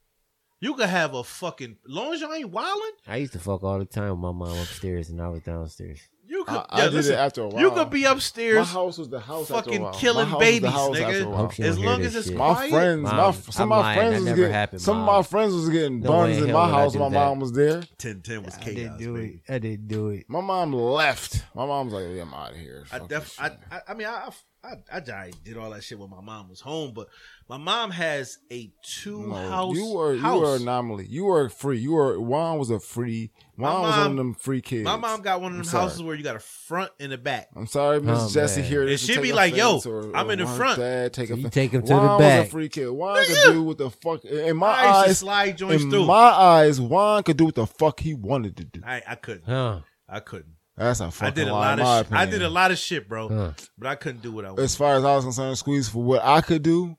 You could have a fucking, long as you ain't wilding, I used to fuck all the time with my mom upstairs and I was downstairs. you could. I- I did it after a You while. could be My upstairs. house was the house. fucking after a while. killing my house babies, was the house nigga. After a while. Hope she don't As hear long this as it's shit. My quiet. friends, my, Mom, some I of my lied. friends That was never getting happened, some of Mom. my friends was getting No way buns in in hell my would I house. do My that. mom was there. Ten ten was I chaos. didn't do baby. it. I didn't do it. My mom left. My mom's like, yeah, I'm out of here. I Fuck def this I, shit. I I mean I, I I I did all that shit when my mom was home, but my mom has a two No, house. you were house. you were an anomaly. You were free. You were Juan was a free. Juan was mom- one of them free kids. my mom got one of I'm them sorry. houses where you got a front and a back. I'm sorry, Miss Oh, Jessie man. here. And this she to be take like, yo, offense or- I'm or in the Juan front. Dad, take So you offense. take him to the Juan was back. a free kid. Juan Nigga. could do what the fuck. In my I used to eyes, slide joints in through. my eyes, Juan could do what the fuck he wanted to do. I I couldn't. Huh. I couldn't. That's a fucking I did a lie, lot in my of sh- I opinion. did a lot of shit, bro. Huh. But I couldn't do what I wanted. As far as I was concerned, squeeze for what I could do,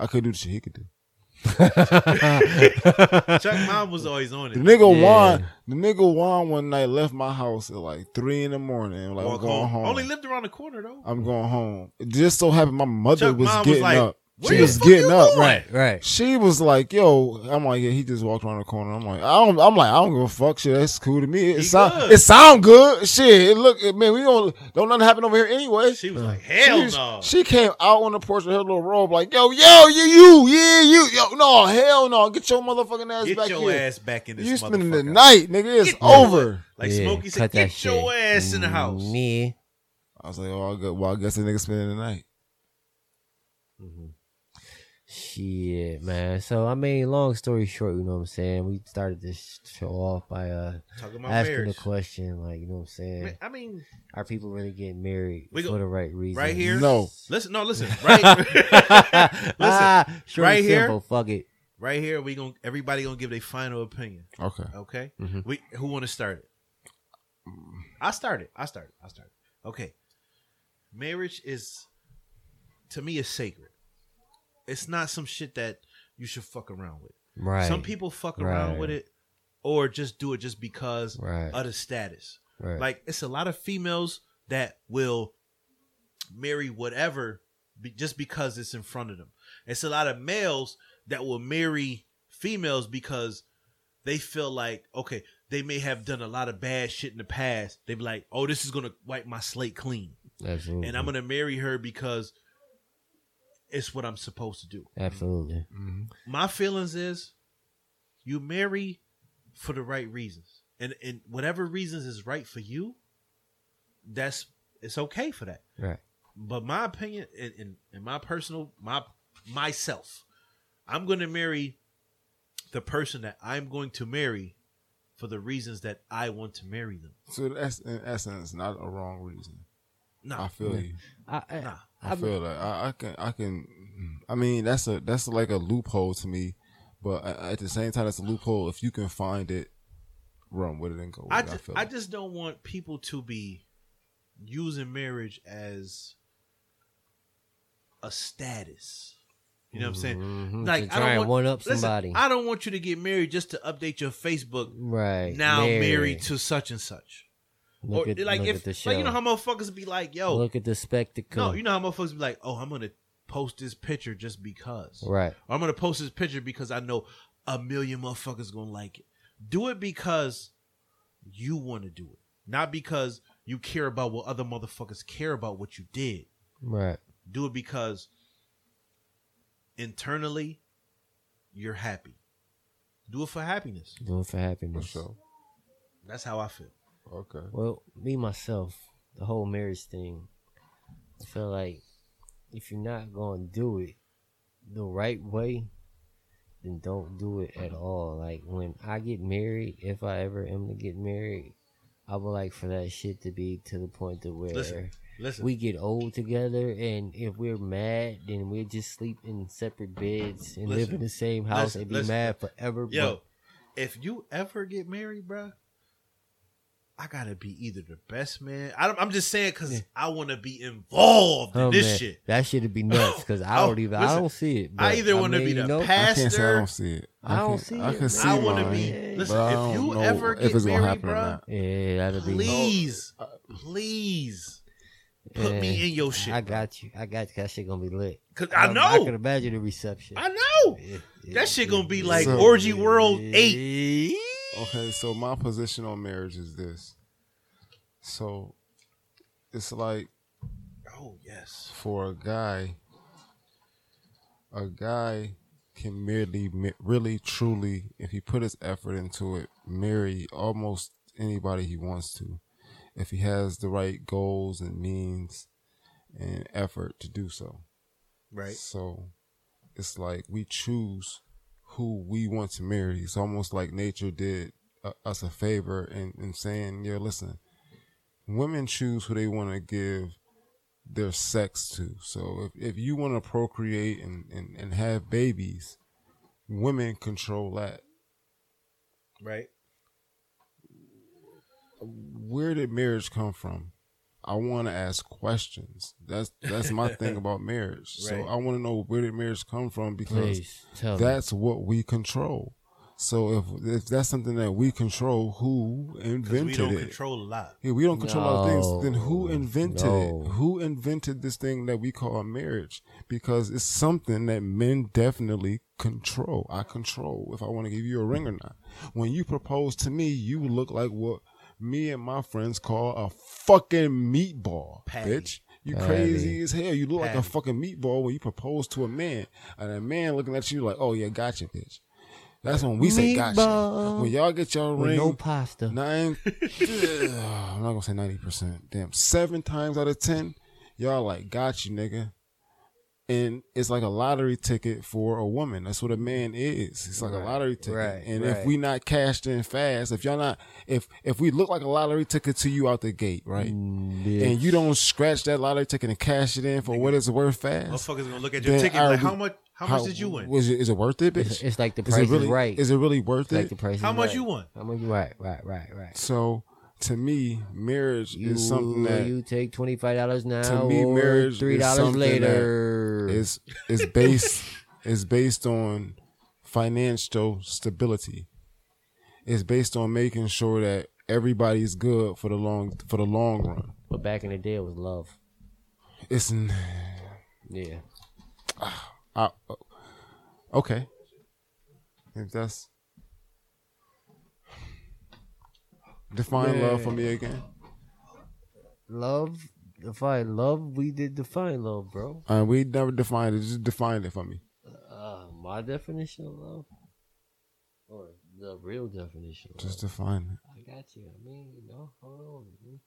I could do the shit he could do. Chuck Mom was always on The it. nigga Yeah. Juan, the nigga Juan one night left my house at like three in the morning. and Like Walk I'm going home. home. Only lived around the corner though. I'm going home. It just so happened my mother Chuck was Mom was getting like, up. "Where She the was fuck getting you up. going?" Right, right. She was like, "Yo," I'm like, "Yeah." He just walked around the corner. I'm like, "I don't." I'm like, "I don't give a fuck. Shit, that's cool to me. It He sound, good. it sound good. Shit, it look, it, man. We don't don't nothing happen over here anyway." She was like, "Hell She's- no." She came out on the porch with her little robe, like, "Yo, yo, you, you, yeah, you, yo, no, hell no, get your motherfucking ass Get back your here. ass back in this you spending the motherfucker. night, nigga. It's Get your- over." Like Yeah, Smokey said, cut that "Get your shit. Mm, ass in the house." Yeah. I was like, "Oh, good. Well, I guess the nigga spending the night." Shit, man. So I mean, long story short, you know what I'm saying. We started this show off by uh Talking about asking marriage. the question, like, you know what I'm saying. Man, I mean, Are people really getting married We go- for the right reason? right here. No. Listen, no, listen. Right, Ah, short right and here- simple, Fuck it. right here. We gonna everybody gonna give their final opinion. Okay. Okay. Mhm. We who want to start it? I started. I started. I started. Okay. Marriage is to me is sacred. It's not some shit that you should fuck around with. Right. Some people fuck around Right. with it or just do it just because Right. of the status. Right. Like it's a lot of females that will marry whatever be, just because it's in front of them. It's a lot of males that will marry females because they feel like okay, they may have done a lot of bad shit in the past. They be like, "Oh, this is going to wipe my slate clean." absolutely. And I'm going to marry her because it's what I'm supposed to do. absolutely. Mm-hmm. My feelings is you marry for the right reasons. And and whatever reasons is right for you, that's it's okay for that. Right. But my opinion and, and, and my personal my myself, I'm gonna marry the person that I'm going to marry for the reasons that I want to marry them. So that's in essence not a wrong reason. No, I feel you. I, I, Nah. I feel that. I, I can. I can. I mean, that's a that's like a loophole to me, but a- at the same time, it's a loophole. If you can find it, run with it and go. With I, it. I ju- feel I it. just don't want people to be using marriage as a status. You know what I'm saying? Mhm, Like to I try don't and want one up listen, somebody. I don't want you to get married just to update your Facebook. right. Now Married. married to such and such. Look or at, like look if at the show. like you know how motherfuckers be like, yo, look at the spectacle. no, you know how motherfuckers be like, oh, I'm gonna post this picture just because. Right. Or I'm gonna post this picture because I know a million motherfuckers gonna like it. Do it because you want to do it, not because you care about what other motherfuckers care about what you did. Right. Do it because internally you're happy. Do it for happiness. Doing for happiness. for sure. That's how I feel. Okay. Well, me myself, the whole marriage thing, I feel like if you're not gonna do it the right way, then don't do it at all. Like when I get married, if I ever am to get married, I would like for that shit to be to the point to where Listen, Listen, we get old together, and if we're mad, then we just sleep in separate beds and live Listen, in the same house listen, and be listen. mad forever. but- yo, if you ever get married, bruh, I gotta be either the best man. I don't, I'm just saying because I want to be involved in Oh, this man, shit. That shit'd be nuts because I Oh, don't even. I listen, don't see it. I but, either want to mean, be you the know, I can't say I pastor. don't see it. I don't can, see I it, can man. see I want to mine, be. mine, Listen, but I if don't you know ever if get it's gonna married, happen or bruh, not. Yeah, that'd be. please, please put Yeah, me in your Oh, shit. I got you. I got you. That shit gonna be lit. 'Cause I I'm- I know. can imagine the reception. I know. Yeah, yeah, That shit gonna be yeah, like yeah. Orgy World 8. Okay, so my position on marriage is this. So, it's like Oh yes. for a guy, a guy can merely, me- really, truly, if he put his effort into it, marry almost anybody he wants to, if he has the right goals and means and effort to do so. Right. So it's like we choose who we want to marry. It's almost like nature did uh, us a favor in, in saying, yeah, listen, women choose who they want to give their sex to. So if, if you want to procreate and, and, and have babies, women control that. Right. where did marriage come from? I want to ask questions. That's that's my thing about marriage. So Right. I want to know where did marriage come from because Please tell me. that's what we control. So if if that's something that we control, who Because invented we don't it? control a lot. Yeah, we don't control our things. Then who No, invented no. it? Who invented this thing that we call marriage? Because it's something that men definitely control. I control if I want to give you a ring or not. When you propose to me, you look like what me and my friends call a fucking meatball, Patty. bitch. You Patty. crazy as hell. You look like a Patty. fucking meatball when you propose to a man, and a man looking at you like, "Oh yeah, gotcha, bitch." That's when we say gotcha. Meatball. When y'all get your With ring, no pasta. Nine. I'm not gonna say ninety percent. Damn, seven times out of ten, y'all like got you, nigga. And it's like a lottery ticket for a woman. That's what a man is. It's like a lottery ticket. right, and if right. we not cashed in fast, if y'all not, if if we look like a lottery ticket to you out the gate, right? Mm, And you don't scratch that lottery ticket and cash it in for what it's worth fast. Motherfuckers gonna look at your then ticket are like, we- how much? How, much did you win? Was it, is it worth it, bitch? It's- it's like the Is it Price is really- Right. Is it really worth like it? the price. is How much right. you want? How much you right? Right, right, right. So to me, marriage You, is something that you take twenty five dollars now. to me, or marriage is three dollars something that later. is is based is based on financial stability. It's based on making sure that everybody's good for the long for the long run. but back in the day, it was love. It's n- Yeah, I, uh, okay. If that's define love for me again. love. Define love. We did define love, bro. Uh, we never defined it. Just define it for me. Uh, my definition of love, or the real definition. Of Just love. define it. I got you. I mean, you know, hold on. man.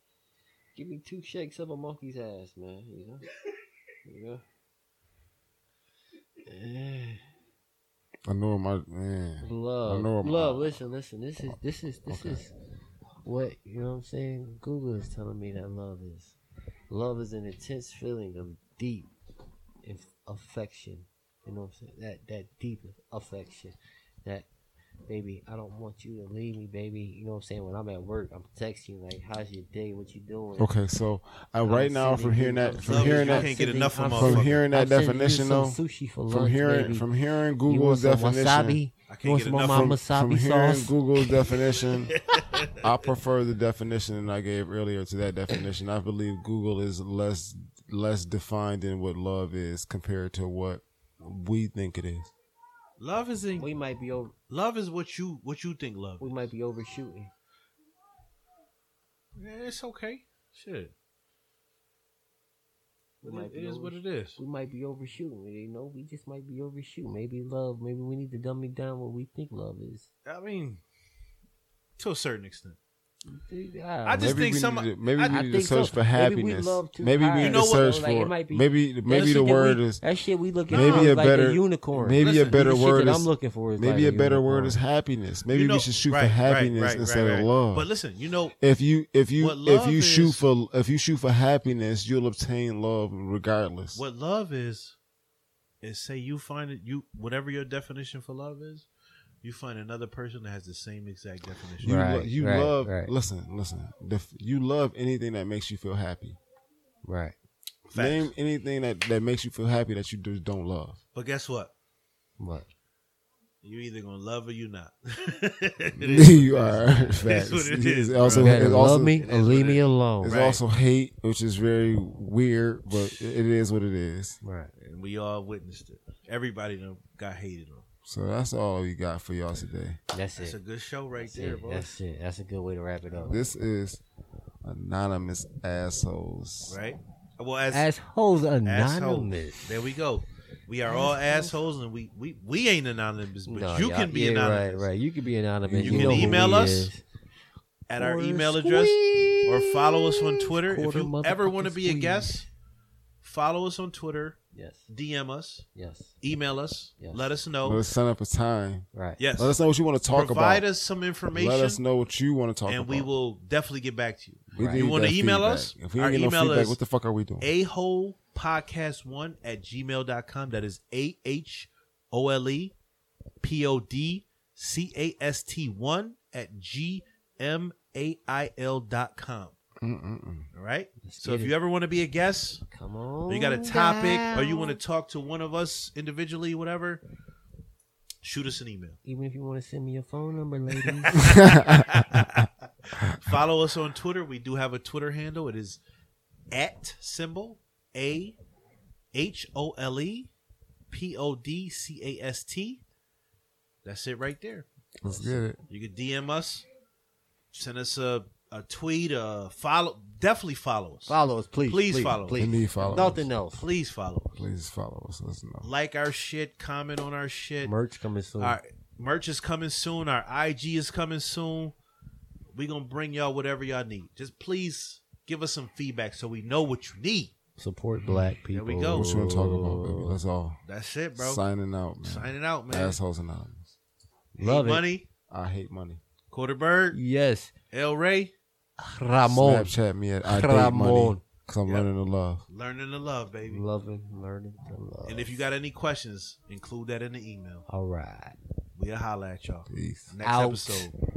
Give me two shakes of a monkey's ass, man. You know, you know. Eh. I know my man. Love, I know I'm- love. Listen, listen. This is this is this is what you know. what I'm saying Google is telling me that love is love is an intense feeling of deep inf- affection. You know what I'm saying? That that deep affection. That baby, I don't want you to leave me, baby. You know what I'm saying? When I'm at work, I'm texting you like, "How's your day? What you doing?" Okay, so uh, I'm right now from sending hearing you- that I'm from Love is hearing you that can't get enough of I'm from motherfucker. hearing that I'm sending you definition some though, sushi for from lunch, hearing baby. from hearing You want Google's some definition, wasabi? I can't You want get some enough of my from- from wasabi hearing sauce? Google's definition, I prefer the definition that I gave earlier to that definition. I believe Google is less less defined in what love is compared to what we think it is. Love is in, We might be over. love is what you what you think love. We might be overshooting. Yeah, it's okay. Shit. We It- might be it is over- what it is. We might be overshooting. You know, we just might be overshooting. Maybe love. Maybe we need to dumb it down what we think love is. I mean, to a certain extent. I I just maybe think we some- need to, maybe I- we I need to think so. search for Maybe we happiness. love too Maybe we high. need You know to what, search though? Like, it for might be- maybe maybe the shit that word we- is that shit we looking maybe for a is like better a unicorn. Maybe Listen, a the better shit word that is I'm looking for is maybe like a better unicorn. word is happiness. Maybe You know- we should shoot right, for right, happiness right, right, instead right. of love. But listen, you know, if you if you What if love you shoot is- for if you shoot for happiness, you'll obtain love regardless. what love is is say you find it you whatever your definition for love is, you find another person that has the same exact definition. You, lo- Right, you right, love. right. Listen, listen. The f- you love anything that makes you feel happy. Right. Facts. Name anything that, that makes you feel happy that you just don't love. But guess what? What? You either gonna love or you not. It is what you it is. are facts. what it It's is, also, bro. You gotta it's love also- me it is or what leave it me is. alone. It's Right. also hate, which is very weird, but it it is what it is. Right. And we all witnessed it. Everybody done got hated on. So that's all we got for y'all today. That's That's a it. good show right That's there, it. bro. That's it. That's a good way to wrap it up. This is anonymous assholes. Right? Well, as Assholes assholes, anonymous. there we go. We are all assholes, and we we, we ain't anonymous, but No, you y'all- can be yeah, anonymous Right, right. You can be anonymous. You You, can know who email we us. is. at our Or email address or follow us on Twitter. If Quarter you ever want to motherfucking be a squeeze. guest, follow us on Twitter, Yes. DM us, Yes. email us, Yes. let us know. Let's set up a time. Right. Yes, Let us know what you want to talk provide about. us some information, Let us know what you want to talk and about. we will definitely get back to you. We Right. need You wanna that email feedback. us? If we Our ain't get no email feedback, is what the fuck are we doing? a whole podcast one at gmail.com that is E a-h-o-l-e p-o-d-c-a-s-t one at g-m AIL.com. Mm-mm-mm. All right. Let's So get if it. you ever want to be a guest, Come on. or you got a topic, or you down. want to talk to one of us individually, whatever, shoot us an email. Even if you want to send me your phone number, ladies. Follow us on Twitter. We do have a Twitter handle. It is at symbol A H O L E P O D C A S T. That's it right there. Let's get it. You can DM us, send us a, a tweet, a follow. Definitely follow us. follow us, please. Please follow us. We Please. need followers. Nothing else. Please follow us. Please follow us. Let's know. Like our shit, comment on our shit. Merch coming soon. Our merch is coming soon. Our IG is coming soon. we going to bring y'all whatever y'all need. Just please give us some feedback so we know what you need. Support black people. we go. What you want to talk about, baby? That's all. That's it, bro. Signing out, man. Signing out, man. Assholes Anonymous. Hate Love it. money, I hate money. Quarterbird, Yes. El Ray, Ramon. Snapchat me at I date Ramon. money because I'm Yep. learning to love. learning to love, baby. Loving, learning to love. And if you got any questions, include that in the email. All right. We'll holler at y'all. Peace. Next Out. episode.